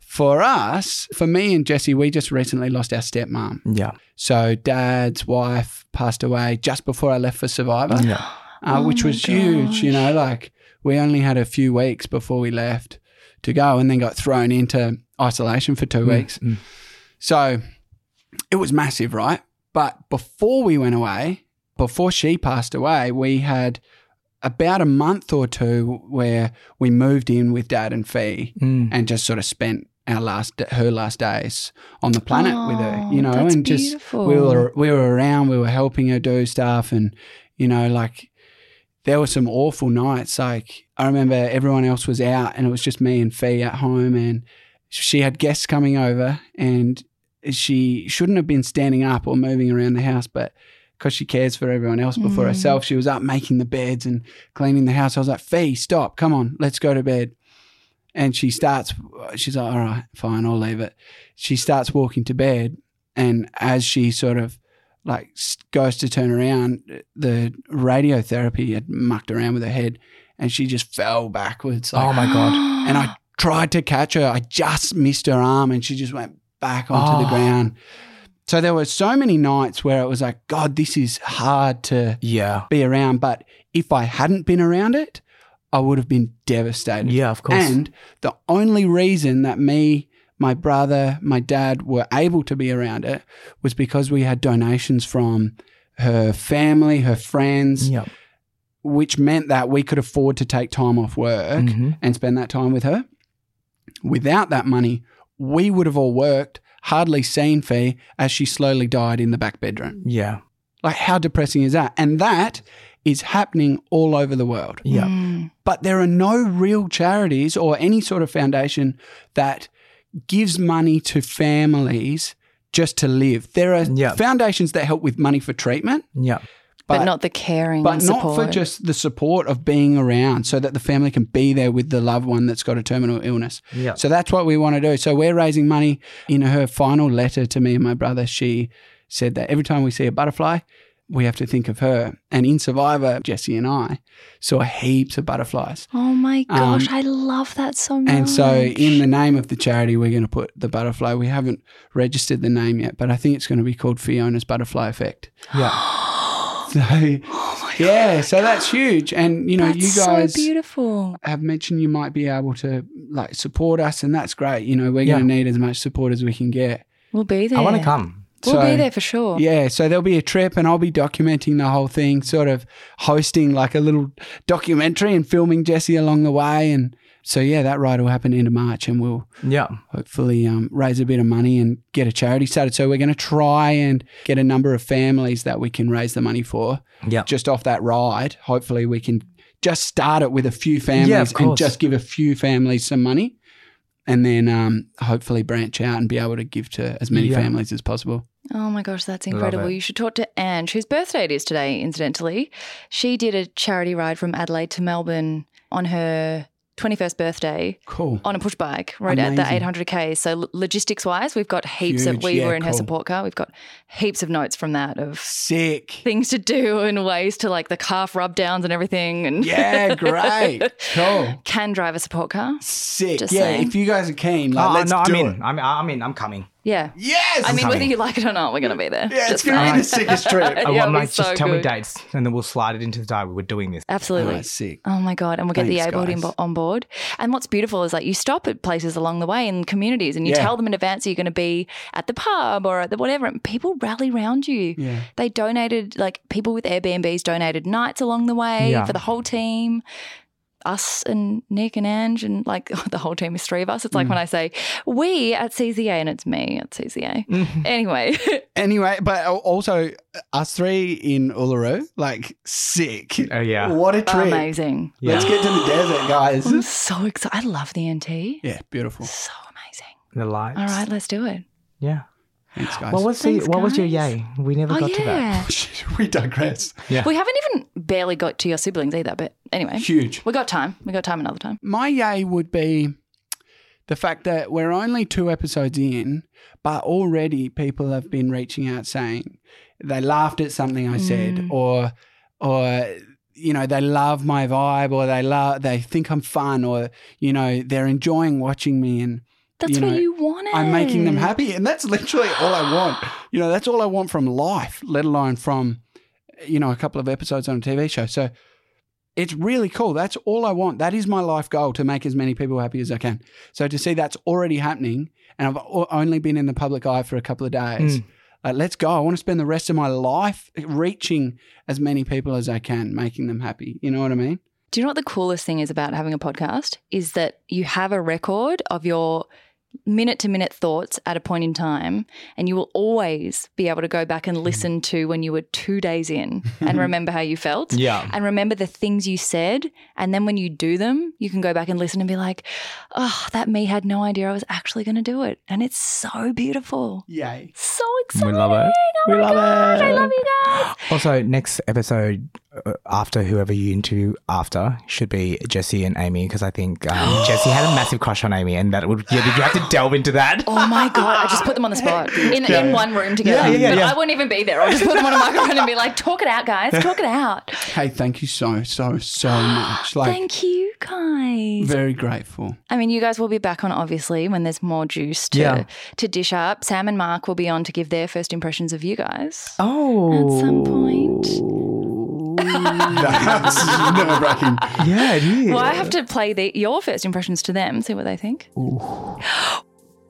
[SPEAKER 3] for us, for me and Jesse, we just recently lost our stepmom.
[SPEAKER 2] Yeah.
[SPEAKER 3] So, dad's wife passed away just before I left for Survivor
[SPEAKER 2] Yeah.
[SPEAKER 3] uh,
[SPEAKER 1] Oh
[SPEAKER 3] which
[SPEAKER 1] my
[SPEAKER 3] was huge. You know, like we only had a few weeks before we left to go and then got thrown into isolation for
[SPEAKER 1] Hmm.
[SPEAKER 3] two weeks.
[SPEAKER 2] mm.
[SPEAKER 3] So it was massive, right? But before we went away, before she passed away, we had about a month or two where we moved in with dad and Fee
[SPEAKER 2] Mm.
[SPEAKER 3] and just sort of spent our last her last days on the planet with her,
[SPEAKER 1] Oh,
[SPEAKER 3] you know,
[SPEAKER 1] that's
[SPEAKER 3] and just
[SPEAKER 1] beautiful.
[SPEAKER 3] we were we were around, we were helping her do stuff, and you know, like there were some awful nights. Like I remember everyone else was out, and it was just me and Fee at home, and she had guests coming over, and she shouldn't have been standing up or moving around the house, but because she cares for everyone else before
[SPEAKER 1] Mm.
[SPEAKER 3] herself, she was up making the beds and cleaning the house. I was like, Fee, stop, come on, let's go to bed. And she starts, she's like, all right, fine, I'll leave it. She starts walking to bed. And as she sort of like s- goes to turn around, the radiotherapy had mucked around with her head and she just fell backwards. Like,
[SPEAKER 2] Oh my god.
[SPEAKER 3] and I tried to catch her. I just missed her arm and she just went back onto the
[SPEAKER 2] Oh.
[SPEAKER 3] ground. So there were so many nights where it was like, God, this is hard to
[SPEAKER 2] Yeah.
[SPEAKER 3] be around. But if I hadn't been around it, I would have been devastated.
[SPEAKER 2] Yeah, of course.
[SPEAKER 3] And the only reason that me, my brother, my dad were able to be around it was because we had donations from her family, her friends,
[SPEAKER 2] yeah.
[SPEAKER 3] which meant that we could afford to take time off work
[SPEAKER 2] Mhm.
[SPEAKER 3] and spend that time with her. Without that money, we would have all worked, hardly seen Fee as she slowly died in the back bedroom.
[SPEAKER 2] Yeah.
[SPEAKER 3] Like, how depressing is that? And that is happening all over the world.
[SPEAKER 2] Yeah.
[SPEAKER 1] Mm.
[SPEAKER 3] But there are no real charities or any sort of foundation that gives money to families just to live. There are
[SPEAKER 2] Yeah.
[SPEAKER 3] foundations that help with money for treatment,
[SPEAKER 2] Yeah.
[SPEAKER 1] But, not the caring
[SPEAKER 3] but
[SPEAKER 1] and
[SPEAKER 3] not
[SPEAKER 1] support.
[SPEAKER 3] for just the support of being around so that the family can be there with the loved one that's got a terminal illness.
[SPEAKER 2] Yeah.
[SPEAKER 3] So that's what we want to do. So we're raising money. In her final letter to me and my brother, she said that every time we see a butterfly, we have to think of her. And in Survivor, Jesse and I saw heaps of butterflies.
[SPEAKER 1] Oh my gosh,
[SPEAKER 3] Um,
[SPEAKER 1] I love that so much.
[SPEAKER 3] And so, in the name of the charity, we're going to put the butterfly. We haven't registered the name yet, but I think it's going to be called Fiona's Butterfly Effect.
[SPEAKER 2] Yeah.
[SPEAKER 3] So,
[SPEAKER 1] oh my
[SPEAKER 3] yeah, so that's huge. And, you know,
[SPEAKER 1] That's
[SPEAKER 3] you guys
[SPEAKER 1] so beautiful.
[SPEAKER 3] have mentioned you might be able to like support us, and that's great. You know, we're going to need as much support as we can get.
[SPEAKER 1] We'll be there.
[SPEAKER 2] I want to come.
[SPEAKER 1] We'll
[SPEAKER 3] So-
[SPEAKER 1] be there for sure.
[SPEAKER 3] Yeah, so there'll be a trip, and I'll be documenting the whole thing, sort of hosting like a little documentary and filming Jesse along the way. And so, yeah, that ride will happen into March, and we'll
[SPEAKER 2] Yeah.
[SPEAKER 3] hopefully um, raise a bit of money and get a charity started. So, we're going to try and get a number of families that we can raise the money for
[SPEAKER 2] Yeah.
[SPEAKER 3] just off that ride. Hopefully, we can just start it with a few
[SPEAKER 2] Yeah,
[SPEAKER 3] families
[SPEAKER 2] of
[SPEAKER 3] and
[SPEAKER 2] course.
[SPEAKER 3] just give a few families some money. And then um, hopefully branch out and be able to give to as many
[SPEAKER 2] Yeah.
[SPEAKER 3] families as possible.
[SPEAKER 1] Oh my gosh, that's
[SPEAKER 2] Love
[SPEAKER 1] incredible.
[SPEAKER 2] it.
[SPEAKER 1] You should talk to Ange, whose birthday it is today, incidentally. She did a charity ride from Adelaide to Melbourne on her 21st birthday
[SPEAKER 3] Cool.
[SPEAKER 1] on a push bike, rode at the
[SPEAKER 3] Amazing.
[SPEAKER 1] 800K. So, logistics wise, we've got heaps of,
[SPEAKER 3] Huge.
[SPEAKER 1] we
[SPEAKER 3] Yeah,
[SPEAKER 1] were in her
[SPEAKER 3] cool.
[SPEAKER 1] support car, we've got heaps of notes from that of
[SPEAKER 3] Sick.
[SPEAKER 1] things to do and ways to like the calf rub downs and everything. And
[SPEAKER 3] Yeah, great. cool.
[SPEAKER 1] can drive a support car.
[SPEAKER 3] Sick.
[SPEAKER 1] Just
[SPEAKER 3] yeah,
[SPEAKER 1] saying.
[SPEAKER 3] if you guys are keen, like,
[SPEAKER 1] uh,
[SPEAKER 2] Oh,
[SPEAKER 3] let's
[SPEAKER 2] no,
[SPEAKER 3] do
[SPEAKER 2] I'm
[SPEAKER 3] it.
[SPEAKER 2] in. I'm, I'm in. I'm coming.
[SPEAKER 1] Yeah.
[SPEAKER 3] Yes.
[SPEAKER 1] I mean,
[SPEAKER 2] Something.
[SPEAKER 1] whether you like it or not, we're going to be there.
[SPEAKER 3] yeah, it's
[SPEAKER 1] Just
[SPEAKER 3] going to
[SPEAKER 1] saying.
[SPEAKER 3] be the sickest trip.
[SPEAKER 2] I
[SPEAKER 1] Yeah,
[SPEAKER 2] want
[SPEAKER 1] it'll be
[SPEAKER 2] like, just
[SPEAKER 1] so
[SPEAKER 2] tell me
[SPEAKER 1] good.
[SPEAKER 2] dates and then we'll slide it into the diary. We're doing this.
[SPEAKER 3] Oh,
[SPEAKER 1] Absolutely.
[SPEAKER 3] that's sick.
[SPEAKER 1] Oh my God. And we'll get
[SPEAKER 3] Thanks,
[SPEAKER 1] the A-board
[SPEAKER 3] guys.
[SPEAKER 1] inbo- on board. And what's beautiful is like you stop at places along the way in communities and you
[SPEAKER 3] Yeah.
[SPEAKER 1] tell them in advance you're going to be at the pub or at the whatever. And people rally round you.
[SPEAKER 3] Yeah.
[SPEAKER 1] They donated, like people with Airbnbs donated nights along the way
[SPEAKER 2] Yeah.
[SPEAKER 1] for the whole team. Us and Nick and Ange and like the whole team is three of us. It's like
[SPEAKER 3] Mm.
[SPEAKER 1] when I say we at CZA and it's me at CZA. Anyway,
[SPEAKER 3] Anyway, but al- also uh, us three in Uluru, like sick.
[SPEAKER 2] Oh yeah.
[SPEAKER 3] What a trip.
[SPEAKER 1] amazing.
[SPEAKER 2] Yeah.
[SPEAKER 3] Let's get to the desert,
[SPEAKER 1] I'm
[SPEAKER 3] guys.
[SPEAKER 1] so excited. I love the NT.
[SPEAKER 3] yeah, beautiful.
[SPEAKER 1] So amazing.
[SPEAKER 2] The lights.
[SPEAKER 1] All right, let's do it.
[SPEAKER 2] Yeah.
[SPEAKER 3] Thanks, guys.
[SPEAKER 2] What was the,
[SPEAKER 1] Thanks,
[SPEAKER 2] what was your
[SPEAKER 1] guys. Oh,
[SPEAKER 2] yay? We never got to that.
[SPEAKER 3] we digress.
[SPEAKER 1] We haven't even barely got to your siblings either, but anyway,
[SPEAKER 3] Huge.
[SPEAKER 1] we got time. We got time another time.
[SPEAKER 3] My yay would be the fact that we're only two episodes in, but already people have been reaching out saying they laughed at something I said,
[SPEAKER 1] Mm.
[SPEAKER 3] or or you know they love my vibe, or they love they think I'm fun, or you know they're enjoying watching me, and
[SPEAKER 1] That's
[SPEAKER 3] You
[SPEAKER 1] what
[SPEAKER 3] know,
[SPEAKER 1] you wanted.
[SPEAKER 3] I'm making them happy, and that's literally all I want. You know, that's all I want from life, let alone from you know a couple of episodes on a TV show. So. It's really cool. That's all I want. That is my life goal to make as many people happy as I can. So to see that's already happening, and I've o- only been in the public eye for a couple of days.
[SPEAKER 1] Hmm.
[SPEAKER 3] Like, let's go. I want to spend the rest of my life reaching as many people as I can, making them happy. You know what I mean?
[SPEAKER 1] Do you know what the coolest thing is about having a podcast? Is that you have a record of your minute to minute thoughts at a point in time, and you will always be able to go back
[SPEAKER 3] Hmm.
[SPEAKER 1] and listen to when you were two days in and remember how you felt.
[SPEAKER 2] Yeah.
[SPEAKER 1] and remember the things you said. And then when you do them, you can go back and listen and be like, oh, that me had no idea I was actually going to do it. And it's so beautiful.
[SPEAKER 3] Yay.
[SPEAKER 1] So exciting.
[SPEAKER 2] love it.
[SPEAKER 1] Oh
[SPEAKER 2] We
[SPEAKER 1] my
[SPEAKER 2] love
[SPEAKER 1] gosh, I
[SPEAKER 2] it.
[SPEAKER 1] love you guys.
[SPEAKER 2] Also, next episode uh, after whoever you interview after should be Jesse and Amy because I think um, Jesse had a massive crush on Amy, and that would yeah, did you have to delve into that?
[SPEAKER 1] Oh my God. I just put them on the spot in, in one room together.
[SPEAKER 2] yeah, yeah,
[SPEAKER 1] But
[SPEAKER 2] yeah.
[SPEAKER 1] I won't even be there. I'll just put them on a microphone and be like, talk it out, guys. Talk it out.
[SPEAKER 3] Hey, thank you so, so, so much. Like,
[SPEAKER 1] Thank you, guys.
[SPEAKER 3] very grateful.
[SPEAKER 1] I mean, you guys will be back on obviously when there's more juice to,
[SPEAKER 2] Yeah.
[SPEAKER 1] to dish up. Sam and Mark will be on to give their first impressions of you guys.
[SPEAKER 2] Oh,
[SPEAKER 1] At some point.
[SPEAKER 3] That's nerve wracking.
[SPEAKER 2] yeah, it is.
[SPEAKER 1] Well, I have to play the, your first impressions to them, see what they think.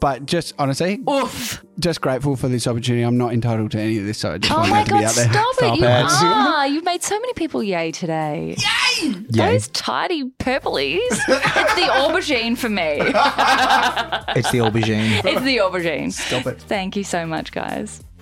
[SPEAKER 3] But just honestly,
[SPEAKER 1] Oof.
[SPEAKER 3] just grateful for this opportunity. I'm not entitled to any of this, so I just
[SPEAKER 1] Oh
[SPEAKER 3] want
[SPEAKER 1] my
[SPEAKER 3] that to be
[SPEAKER 1] God,
[SPEAKER 3] out there.
[SPEAKER 1] stop it. You
[SPEAKER 2] it.
[SPEAKER 1] are. You've made so many people yay today.
[SPEAKER 2] yeah,
[SPEAKER 1] Those tidy purplies. it's the aubergine for me.
[SPEAKER 2] it's the aubergine.
[SPEAKER 1] It's the aubergine.
[SPEAKER 3] Stop it.
[SPEAKER 1] Thank you so much, guys.